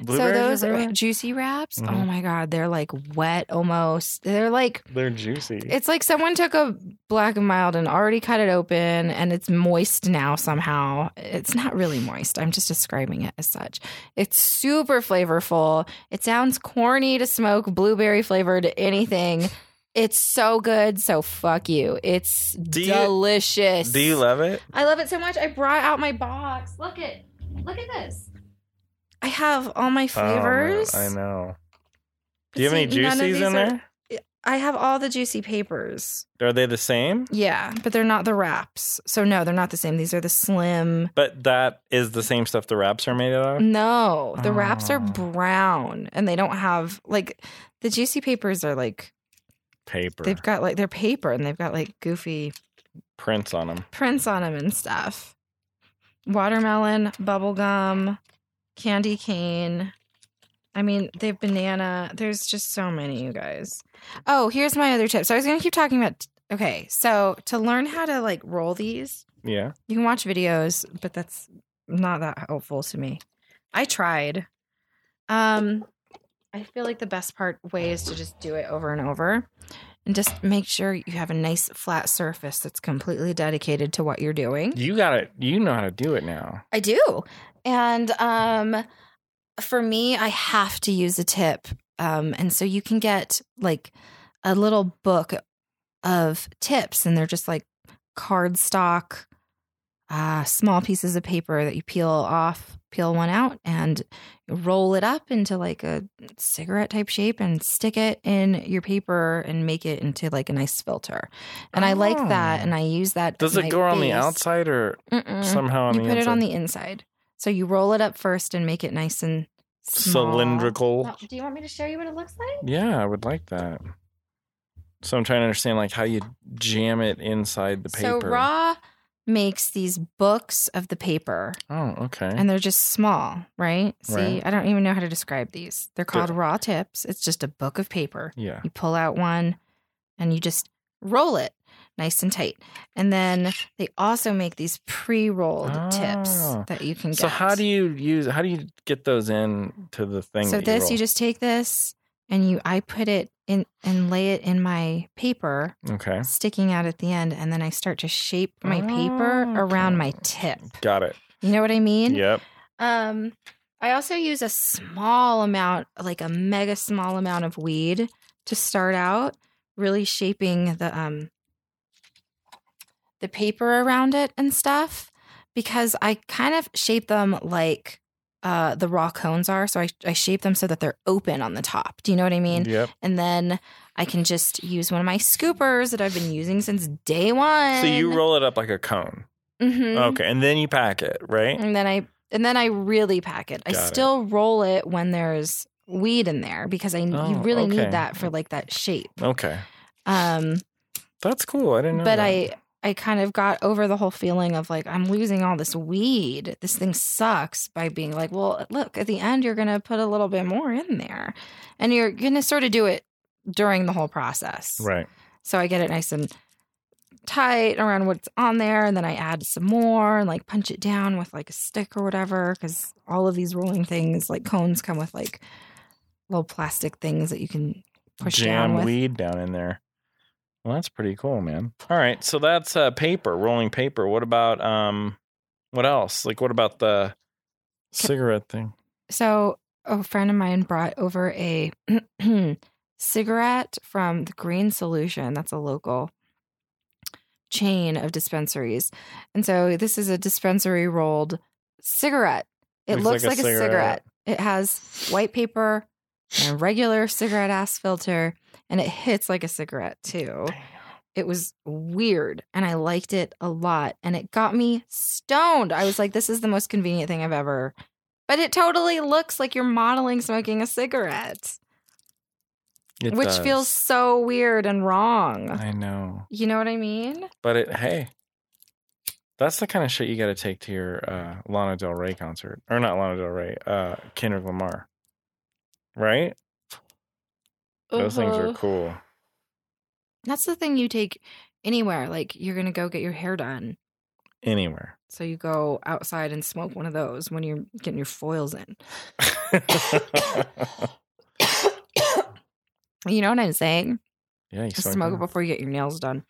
S1: Blueberries
S2: so those
S1: are
S2: ra-
S1: better?
S2: juicy wraps. Oh
S1: Mhm.
S2: my god, they're like wet almost. They're like
S1: they're juicy.
S2: it's like someone took a black and mild and already cut it open and it's moist now somehow. It's not really moist. I'm just describing it as such. It's super flavorful. It sounds corny to smoke blueberry flavored anything. It's so good. So fuck you. It's
S1: Do you-
S2: delicious.
S1: Do you love it?
S2: I love it so much. I brought out my box. Look at look at this. I have all my
S1: Oh, man,
S2: flavors.
S1: I know.
S2: But
S1: Do you have any
S2: see, none of
S1: juicies
S2: these
S1: in
S2: are-
S1: there?
S2: I have all the juicy papers.
S1: Are they the same?
S2: Yeah, but they're not the wraps. So no, they're not the same. These are the slim.
S1: But that is the same stuff the wraps are made
S2: Mm,
S1: out of.
S2: No, the wraps are
S1: Oh.
S2: brown and they don't have like the juicy papers are like
S1: Paper
S2: they've got like they're paper and they've got like goofy
S1: prints on them.
S2: prints on them and stuff. Watermelon, bubblegum, candy cane. I mean, they have banana. There's just so many, you guys. Oh, here's my other tip. So I was going to keep talking about Okay, so to learn how to like roll these,
S1: Yeah.
S2: You can watch videos, but that's not that helpful to me. I tried. Um I feel like the best part way is to just do it over and over and just make sure you have a nice flat surface that's completely dedicated to what you're doing.
S1: You got it. You know how to do it now.
S2: I do. And um for me, I have to use a tip. Um and so you can get like a little book of tips and they're just like cardstock uh, small pieces of paper that you peel off, peel one out, and roll it up into like a cigarette type shape and stick it in your paper and make it into like a nice filter. And I like that,
S1: Oh.
S2: and I use that.
S1: Does
S2: as
S1: it
S2: my
S1: go on the
S2: base.
S1: outside or
S2: Mm-mm.
S1: somehow on
S2: you
S1: the
S2: put
S1: inside?
S2: it on the inside, so you roll it up first and make it nice and small.
S1: cylindrical.
S2: Well, Oh, Do you want me to show you what it looks like?
S1: Yeah, I would like that. So I'm trying to understand like how you jam it inside the
S2: So
S1: paper.
S2: raw makes these books of the paper.
S1: oh, okay.
S2: and they're just small, right? See,
S1: Right.
S2: I don't even know how to describe these. They're called
S1: Yeah.
S2: raw tips. It's just a book of paper.
S1: yeah.
S2: You pull out one and you just roll it nice and tight. And then they also make these pre-rolled tips
S1: Ah.
S2: that you can get.
S1: So how do you use how do you get those in to the thing?
S2: So
S1: that
S2: this
S1: roll?
S2: you just take this and you I put it in and lay it in my paper
S1: Okay.
S2: sticking out at the end and then I start to shape my paper
S1: Oh,
S2: around my tip.
S1: Got it.
S2: You know what I mean?
S1: Yep.
S2: Um, I also use a small amount, like a mega small amount of weed to start out, really shaping the um the paper around it and stuff because I kind of shape them like uh the raw cones are. So I, I shape them so that they're open on the top. Do you know what I mean?
S1: Yep.
S2: And then I can just use one of my scoopers that I've been using since day one.
S1: So you roll Oh, it up like a cone.
S2: Mhm.
S1: Okay. And then you pack it, right?
S2: And then I and then I really pack it. I
S1: Got it.
S2: still roll it when there's weed in there because I
S1: Oh,
S2: you really
S1: okay.
S2: need that for like that shape.
S1: Okay.
S2: Um
S1: That's cool. I didn't know.
S2: but
S1: that.
S2: I I kind of got over the whole feeling of like I'm losing all this weed. This thing sucks by being like, well, look, at the end you're going to put a little bit more in there. And you're going to sort of do it during the whole process.
S1: Right.
S2: So I get it nice and tight around what's on there, and then I add some more and like punch it down with like a stick or whatever. Because all of these rolling things, like cones, come with like little plastic things that you can push
S1: Jam
S2: down with.
S1: weed down in there. Well, that's pretty cool, man. All right, so that's uh, paper, rolling paper. What about um, what else? Like, what about the cigarette thing?
S2: So a friend of mine brought over a cigarette from the Green Solution. That's a local chain of dispensaries. And so this is a dispensary rolled cigarette. It looks, like, a, cigarette. It has white paper and a regular cigarette ass filter, and it hits like a cigarette too. It was weird and I liked it a lot and it got me stoned. I was like, this is the most convenient thing I've ever. But it totally looks like you're modeling smoking a cigarette,
S1: It
S2: which
S1: does.
S2: feels so weird and wrong.
S1: I know,
S2: You know what I mean?
S1: but it hey, that's the kind of shit you got to take to your uh, Lana Del Rey concert, or not Lana Del Rey, uh, Kendrick Lamar. Right? Those things are
S2: Uh-huh.
S1: cool.
S2: That's the thing you take anywhere. Like you're going to go get your hair done.
S1: Anywhere.
S2: So you go outside and smoke one of those when you're getting your foils in. You know what I'm saying?
S1: yeah, you
S2: Smoke,
S1: smoke
S2: it
S1: them?
S2: before you get your nails done.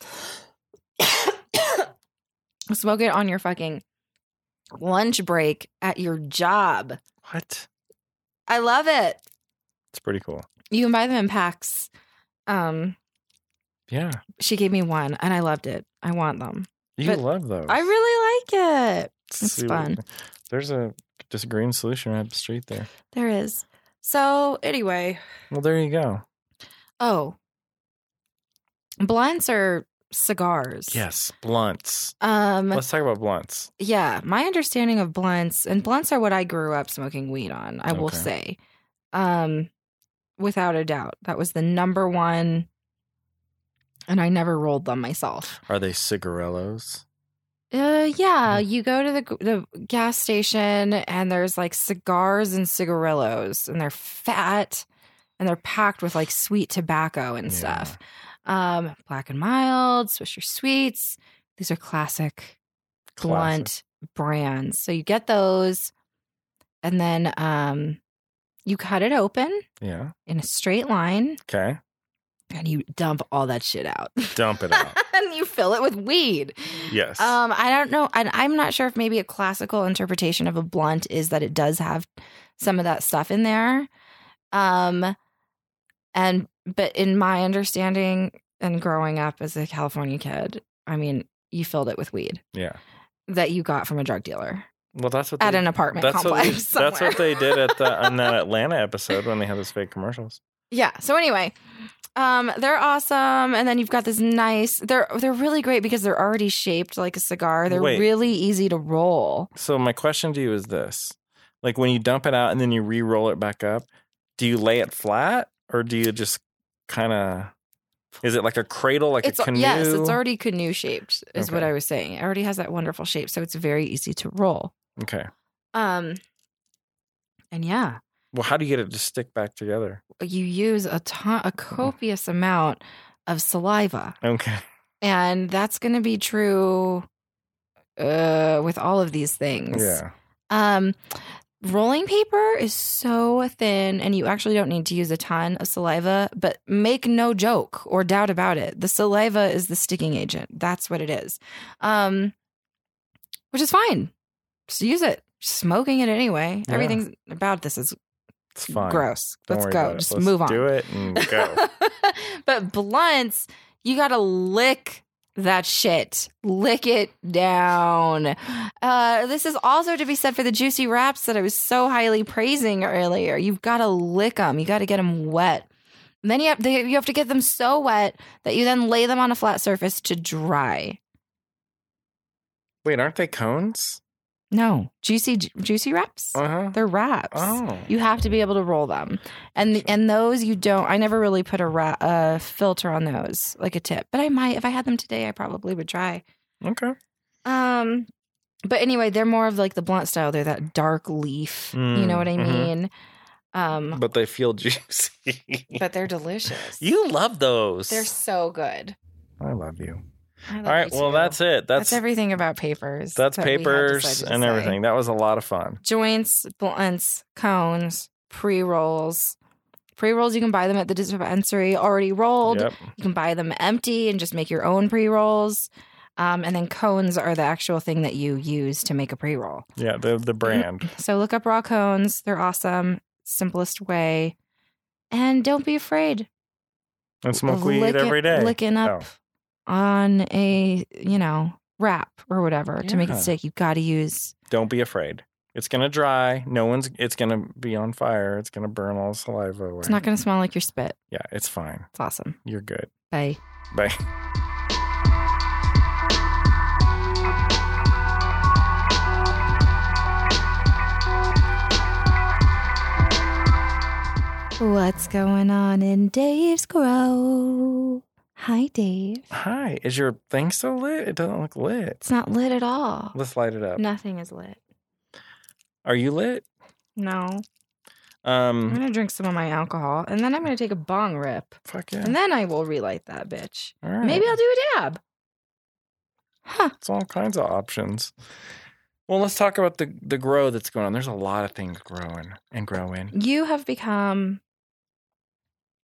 S2: smoke it on your fucking lunch break at your job.
S1: What?
S2: I love it.
S1: It's pretty cool.
S2: You can buy them in packs. Um,
S1: Yeah,
S2: she gave me one and I loved it. I want them.
S1: you
S2: But
S1: love those.
S2: I really like it. It's
S1: See what-
S2: fun.
S1: There's a just green solution right up the street there.
S2: There is. So anyway,
S1: Well, there you go.
S2: Oh. Blunts are cigars.
S1: Yes, blunts.
S2: Um
S1: Let's talk about blunts.
S2: yeah, my understanding of blunts and blunts are what I grew up smoking weed on, I will
S1: Okay.
S2: say. Um without a doubt. That was the number one and I never rolled them myself.
S1: Are they cigarellos?
S2: Uh yeah, you go to the the gas station and there's like cigars and cigarillos and they're fat and they're packed with like sweet tobacco and
S1: Yeah.
S2: stuff. um, Black and Mild, Swisher Sweets. These are classic,
S1: Classic.
S2: blunt brands. So you get those, and then um, you cut it open
S1: Yeah.
S2: in a straight line,
S1: Okay.
S2: and you dump all that shit out.
S1: Dump it out.
S2: and you fill it with weed.
S1: Yes.
S2: Um, I don't know. And I'm not sure if maybe a classical interpretation of a blunt is that it does have some of that stuff in there. Um, and but in my understanding and growing up as a California kid, I mean, you filled it with weed
S1: yeah.
S2: that you got from a drug dealer
S1: Well, that's what
S2: at
S1: they,
S2: an apartment
S1: that's what
S2: complex.
S1: they,
S2: somewhere.
S1: that's what they did at the on that Atlanta episode when they had those fake commercials.
S2: Yeah. So anyway, um, they're awesome, and then you've got this nice. They're they're really great because they're already shaped like a cigar. They're
S1: Wait.
S2: really easy to roll.
S1: So my question to you is this: like when you dump it out and then you re-roll it back up, do you lay it flat or do you just kind of? Is it like a cradle, like
S2: it's
S1: a canoe?
S2: yes, it's already canoe shaped, is what
S1: Okay.
S2: I was saying. It already has that wonderful shape, so it's very easy to roll.
S1: okay.
S2: Um, and yeah,
S1: Well, how do you get it to stick back together?
S2: you use a ton,
S1: Mm.
S2: a copious amount of saliva,
S1: Okay.
S2: and that's going to be true uh, with all of these things.
S1: Yeah.
S2: Um, rolling paper is so thin, and you actually don't need to use a ton of saliva. But make no joke or doubt about it. The saliva is the sticking agent. That's what it is. Um, which is fine. Just use it. Smoking it anyway.
S1: Yeah.
S2: Everything about this is
S1: It's fine.
S2: gross.
S1: Don't
S2: Let's
S1: worry
S2: go.
S1: about it.
S2: Just
S1: Let's
S2: move on.
S1: Do it and go.
S2: but blunts, you gotta lick that shit. Lick it down. Uh, this is also to be said for the juicy wraps that I was so highly praising earlier. You've gotta lick them. You gotta get them wet. And then you have, they, you have to get them so wet that you then lay them on a flat surface to dry.
S1: Wait, aren't they cones?
S2: No, juicy ju- juicy wraps.
S1: Uh huh.
S2: They're wraps.
S1: Oh.
S2: You have to be able to roll them, and and those you don't. I never really put a ra- uh, filter on those, like a tip. But I might if I had them today. I probably would try.
S1: okay.
S2: Um, but anyway, they're more of like the blunt style. They're that dark leaf. you know
S1: Mm,
S2: what I
S1: mhm.
S2: mean? Um,
S1: But they feel juicy.
S2: but they're delicious.
S1: you love those.
S2: they're so good.
S1: I love you.
S2: I love
S1: All right.
S2: you
S1: Well,
S2: too.
S1: that's it.
S2: that's
S1: That's that's,
S2: everything about papers. that we had
S1: papers
S2: decided to
S1: and
S2: say.
S1: everything. That was a lot of fun.
S2: Joints, blunts, cones, pre rolls, Pre rolls, you can buy them at the dispensary already rolled.
S1: Yep.
S2: You can buy them empty and just make your own pre rolls. Um, and then cones are the actual thing that you use to make a pre roll.
S1: Yeah, the the brand.
S2: So look up raw cones. They're awesome. Simplest way. And don't be afraid.
S1: And
S2: of
S1: smoke weed
S2: lick-
S1: every day. Oh.
S2: Licking up on a, you know, wrap or whatever to make
S1: Yeah.
S2: it stick. You've got to use
S1: Don't be afraid. It's gonna dry. No one's. It's gonna be on fire. It's gonna burn all the saliva away.
S2: It's not going to smell like your spit.
S1: yeah, it's fine.
S2: It's awesome.
S1: You're good.
S2: Bye.
S1: Bye.
S2: What's going on in Dave's Grow? Hi, Dave.
S1: Hi. Is your thing still lit? It doesn't look lit.
S2: It's not lit at all.
S1: Let's light it up.
S2: Nothing is lit.
S1: Are you lit?
S2: No. I'm
S1: Um.
S2: going to drink some of my alcohol and then I'm going to take a bong rip
S1: Fuck yeah.
S2: and then I will relight that bitch.
S1: All right.
S2: Maybe I'll do a dab. Huh.
S1: It's all kinds of options. Well, let's talk about the the grow that's going on. There's a lot of things growing and growing.
S2: You have become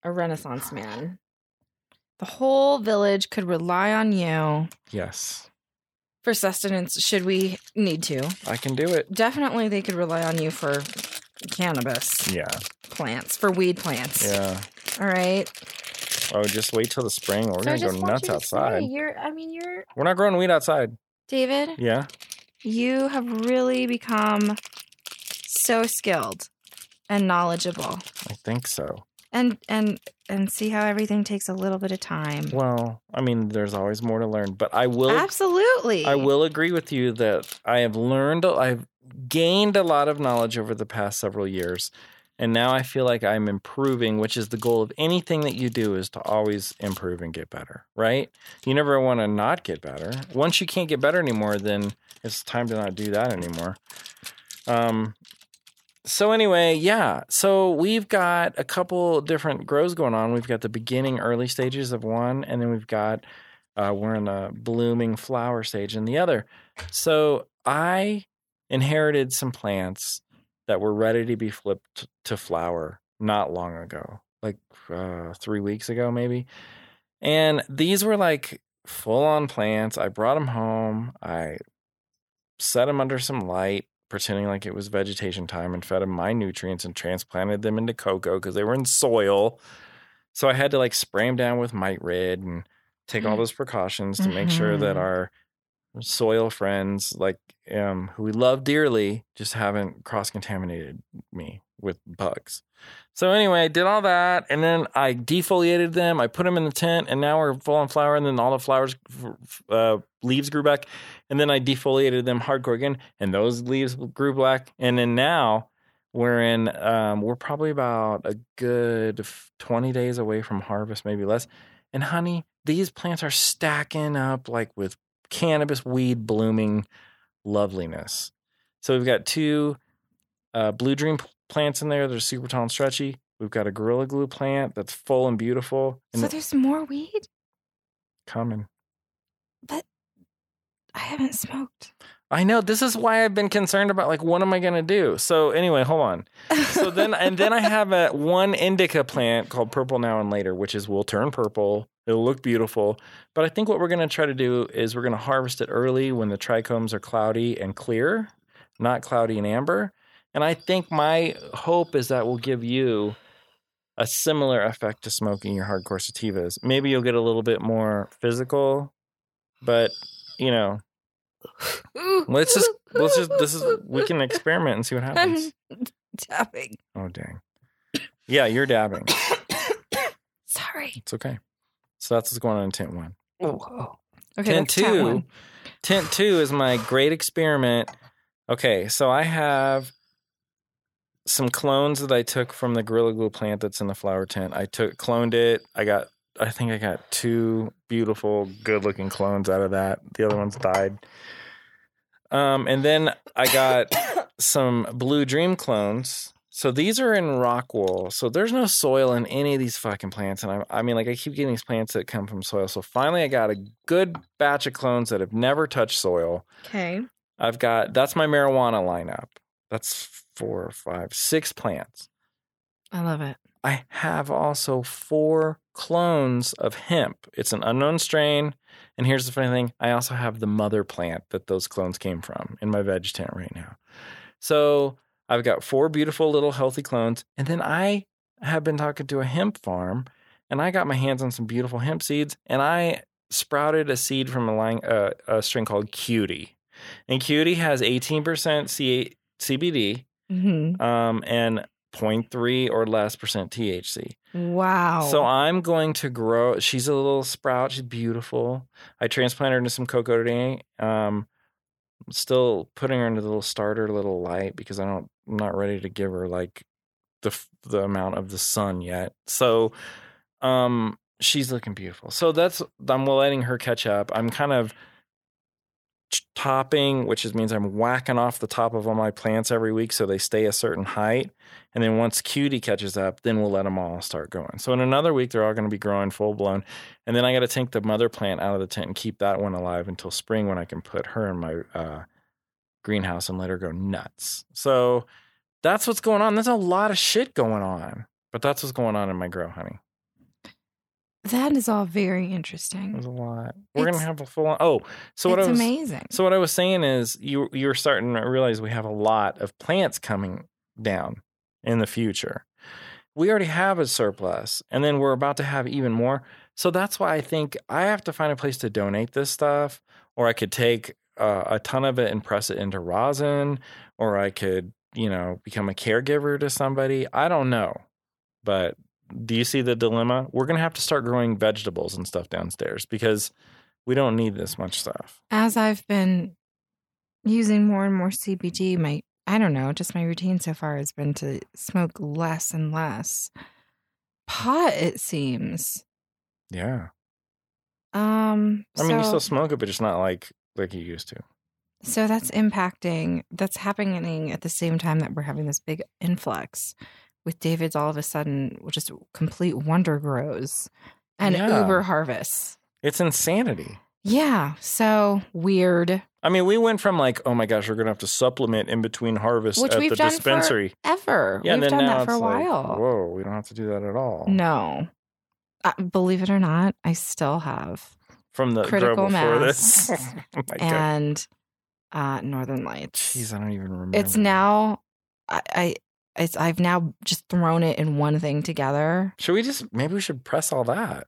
S2: a renaissance man. The whole village could rely on you
S1: Yes,
S2: for sustenance should we need to.
S1: I can do it.
S2: Definitely they could rely on you for cannabis.
S1: Yeah,
S2: plants for weed plants.
S1: yeah.
S2: All right.
S1: Oh, just wait till the spring. We're
S2: So
S1: gonna
S2: I
S1: go
S2: just want
S1: nuts
S2: you to say,
S1: outside.
S2: you're. I mean, you're
S1: We're not growing weed outside.
S2: David.
S1: Yeah.
S2: You have really become so skilled and knowledgeable,
S1: I think so.
S2: and and and see how everything takes a little bit of time.
S1: Well, I mean, there's always more to learn, but I will
S2: Absolutely.
S1: I will agree with you that I have learned I've gained a lot of knowledge over the past several years. And now I feel like I'm improving, which is the goal of anything that you do is to always improve and get better, right? You never want to not get better. Once you can't get better anymore, then it's time to not do that anymore. Um so anyway, yeah. So we've got a couple different grows going on. We've got the beginning early stages of one, and then we've got uh, we're in a blooming flower stage in the other. So I inherited some plants that were ready to be flipped to flower not long ago, like uh, three weeks ago, maybe. And these were like full on plants. I brought them home. I set them under some light, pretending like it was vegetation time, and fed them my nutrients and transplanted them into cocoa because they were in soil. So I had to like spray them down with mite rid and take all those precautions to make sure that
S2: Mhm.
S1: our soil friends, like um, who we love dearly, just haven't cross contaminated me with bugs. So anyway, I did all that, and then I defoliated them. I put them in the tent, and now we're full on flower. And then all the flowers, f- uh, leaves grew back, and then I defoliated them hardcore again, and those leaves grew black. And then now we're in, um, we're probably about a good f- twenty days away from harvest, maybe less. And honey, these plants are stacking up like with cannabis weed blooming loveliness. So we've got two uh, blue dream p- plants in there. They're super tall and stretchy. We've got a gorilla glue plant that's full and beautiful and
S2: So there's more weed.
S1: coming.
S2: I haven't smoked.
S1: I know this is why I've been concerned about like what am I gonna do? So anyway, hold on. So then and then I have a one indica plant called purple now and later, which is will turn purple. It'll look beautiful. But I think what we're gonna try to do is we're gonna harvest it early when the trichomes are cloudy and clear, not cloudy and amber. And I think my hope is that will give you a similar effect to smoking your hardcore sativas. Maybe you'll get a little bit more physical, but you know, Let's just let's just this is we can experiment and see what happens.
S2: Tapping.
S1: Oh dang. Yeah, you're dabbing.
S2: Sorry.
S1: It's okay. So that's what's going on in tent one.
S2: Whoa. Okay.
S1: tent
S2: let's tap one.
S1: Oh. two. Tent two is my great experiment. Okay, so I have some clones that I took from the Gorilla Glue plant that's in the flower tent. I took cloned it. I got I think I got two beautiful, good looking clones out of that. The other ones died. Um, and then I got some Blue Dream clones. So these are in rock wool. So there's no soil in any of these fucking plants. And I, I mean, like, I keep getting these plants that come from soil. So finally, I got a good batch of clones that have never touched soil.
S2: Okay.
S1: I've got that's my marijuana lineup. That's four, five, six plants.
S2: I love it.
S1: I have also four clones of hemp. It's an unknown strain. And here's the funny thing I also have the mother plant that those clones came from in my veg tent right now. So I've got four beautiful little healthy clones. And then I have been talking to a hemp farm and I got my hands on some beautiful hemp seeds and I sprouted a seed from a, line, uh, a strain called Cutie. And Cutie has 18% C- CBD
S2: Mhm.
S1: um, and 0.3 or less percent THC.
S2: Wow.
S1: So I'm going to grow. She's a little sprout. She's beautiful. I transplanted her into some cocoa today. Um, still putting her into the little starter little light because I don't. I'm not ready to give her like the f- the amount of the sun yet. So, um, she's looking beautiful. So that's I'm letting her catch up. I'm kind of t- topping, which is, means I'm whacking off the top of all my plants every week so they stay a certain height. And then once Cutie catches up, then we'll let them all start going. So in another week, they're all going to be growing full blown. And then I got to take the mother plant out of the tent and keep that one alive until spring when I can put her in my uh, greenhouse and let her go nuts. So that's what's going on. There's a lot of shit going on, but that's what's going on in my grow, honey.
S2: that is all very interesting.
S1: There's a lot. We're going to
S2: It's-
S1: have a full on. Oh, so what
S2: it's
S1: I was.
S2: amazing.
S1: So what I was saying is you you were starting to realize we have a lot of plants coming down in the future. We already have a surplus and then we're about to have even more. So that's why I think I have to find a place to donate this stuff or I could take uh, a ton of it and press it into rosin or I could, you know, become a caregiver to somebody. I don't know. But do you see the dilemma? We're going to have to start growing vegetables and stuff downstairs because we don't need this much stuff.
S2: as I've been using more and more CBD, my I don't know, just my routine so far has been to smoke less and less pot. It seems.
S1: Yeah.
S2: Um,
S1: I mean, you
S2: so-
S1: still smoke it, but it's not like like you used to.
S2: So that's impacting, that's happening at the same time that we're having this big influx with David's all of a sudden just complete wonder grows and
S1: Yeah.
S2: uber harvests.
S1: It's insanity.
S2: Yeah. So weird.
S1: I mean, we went from like, oh my gosh, we're gonna have to supplement in between harvests
S2: Which
S1: at
S2: we've
S1: the
S2: done for-
S1: dispensary.
S2: Ever.
S1: yeah, and
S2: We've
S1: then
S2: done
S1: now
S2: that for a
S1: it's like,
S2: while.
S1: Whoa, we don't have to do that at all.
S2: no. Uh, believe it or not, I still have.
S1: From the
S2: Critical
S1: grow before
S2: mass.
S1: this. oh my god.
S2: And uh, Northern Lights.
S1: Jeez, I don't even remember.
S2: it's now, I, I it's, I've now just thrown it in one thing together.
S1: Should we just maybe we should press all that?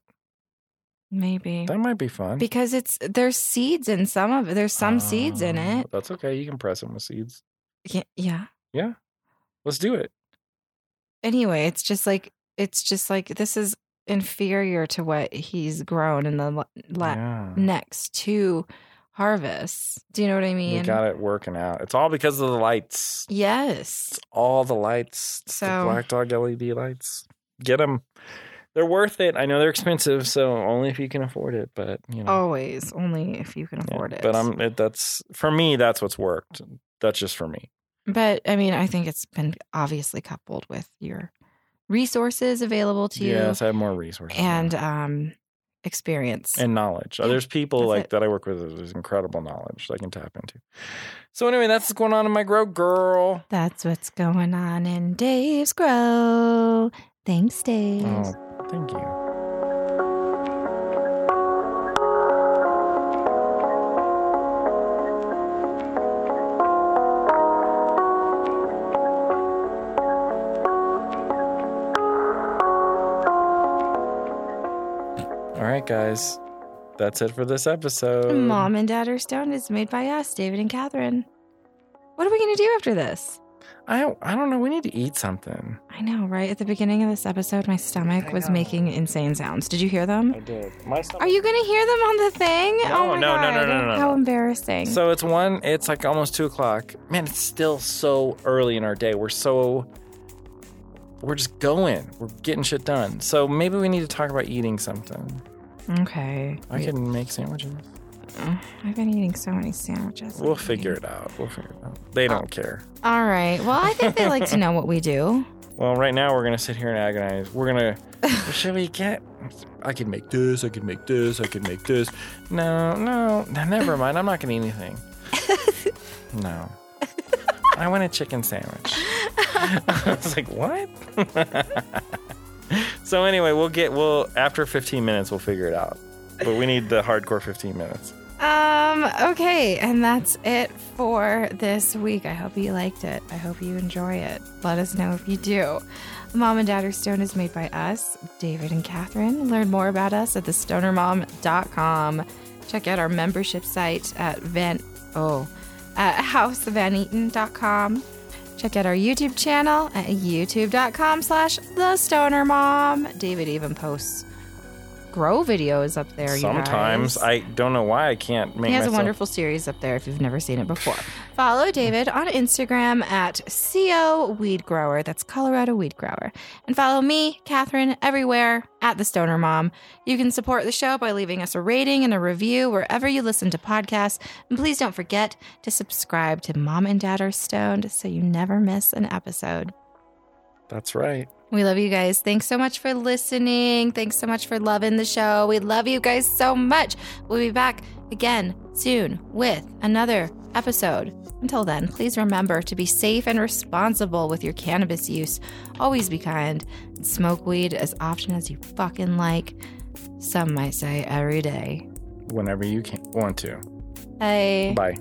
S2: Maybe.
S1: That might be fun.
S2: because it's there's seeds in some of it. There's some seeds in
S1: Oh,
S2: it.
S1: That's okay. You can press them with seeds.
S2: Yeah, yeah.
S1: Let's do it.
S2: Anyway, it's just like it's just like this is inferior to what he's grown in the la- la-
S1: yeah.
S2: next two harvests. Do you know what I
S1: We
S2: mean?
S1: got it working out. It's all because of the lights.
S2: Yes.
S1: It's all the lights. It's the
S2: So-
S1: black dog LED lights. Get them. They're worth it. I know they're expensive, so only if you can afford it. But you know,
S2: Always, only if you can
S1: Yeah.
S2: Oh, afford it.
S1: But I'm. It, that's for me. That's what's worked. That's just for me.
S2: But I mean, I think it's been obviously coupled with your resources available to
S1: Yes, I have more resources
S2: you and um, experience.
S1: and knowledge.
S2: Yeah,
S1: There's people
S2: that's
S1: like
S2: it.
S1: that I work with. There's incredible knowledge I can tap into. So anyway, that's what's going on in my grow, girl.
S2: That's what's going on in Dave's Grow. Thanks, Dave.
S1: Oh, thank you. All right, guys. That's it for this episode.
S2: Mom and Dad Are Stoned is made by us, David and Catherine. What are we going to do after this?
S1: I don't, I don't know. We need to eat something.
S2: I know, right? At the beginning of this episode, my stomach
S1: I
S2: was
S1: know.
S2: making insane sounds. Did you hear them?
S1: did. My
S2: Are you going to hear them on the thing?
S1: No,
S2: oh my
S1: no, no,
S2: God.
S1: no, no, no,
S2: How
S1: no.
S2: embarrassing.
S1: So it's one. It's like almost two o'clock. Man, it's still so early in our day. We're so we're just going. We're getting shit done. So maybe we need to talk about eating something.
S2: okay.
S1: I can make sandwiches.
S2: Ugh, I've been eating so many sandwiches.
S1: We'll figure it out. We'll figure it out. They don't care.
S2: All right. Well, I think they like to know what we do.
S1: Well, right now we're gonna sit here and agonize. We're gonna. what should we get? I could make this. I could make this. I could make this. No, no, no. Never mind. I'm not gonna eat anything. No. I want a chicken sandwich. I was like, what? So anyway, we'll get we'll after 15 minutes we'll figure it out. But we need the hardcore 15 minutes.
S2: Um, okay, and that's it for this week. I hope you liked it. I hope you enjoy it. Let us know if you do. Mom and Dad Are Stone is made by us, David and Catherine. Learn more about us at thestonermom.com. Check out our membership site at Van oh at housevaneaton.com. Check out our YouTube channel at youtube.com slash the stoner mom. David even posts grow videos up there. you
S1: Sometimes
S2: guys.
S1: I don't know why I can't make
S2: He has a
S1: myself
S2: wonderful series up there if you've never seen it before. Follow David on Instagram at CO Weed Grower. That's Colorado Weed Grower. And follow me, Catherine, everywhere at The Stoner Mom. You can support the show by leaving us a rating and a review wherever you listen to podcasts. And please don't forget to subscribe to Mom and Dad Are Stoned so you never miss an episode.
S1: That's right.
S2: We love you guys. Thanks so much for listening. Thanks so much for loving the show. We love you guys so much. We'll be back again soon with another episode. Until then, please remember to be safe and responsible with your cannabis use. Always be kind and smoke weed as often as you fucking like. Some might say every day.
S1: Whenever you can want to.
S2: Hey.
S1: Bye.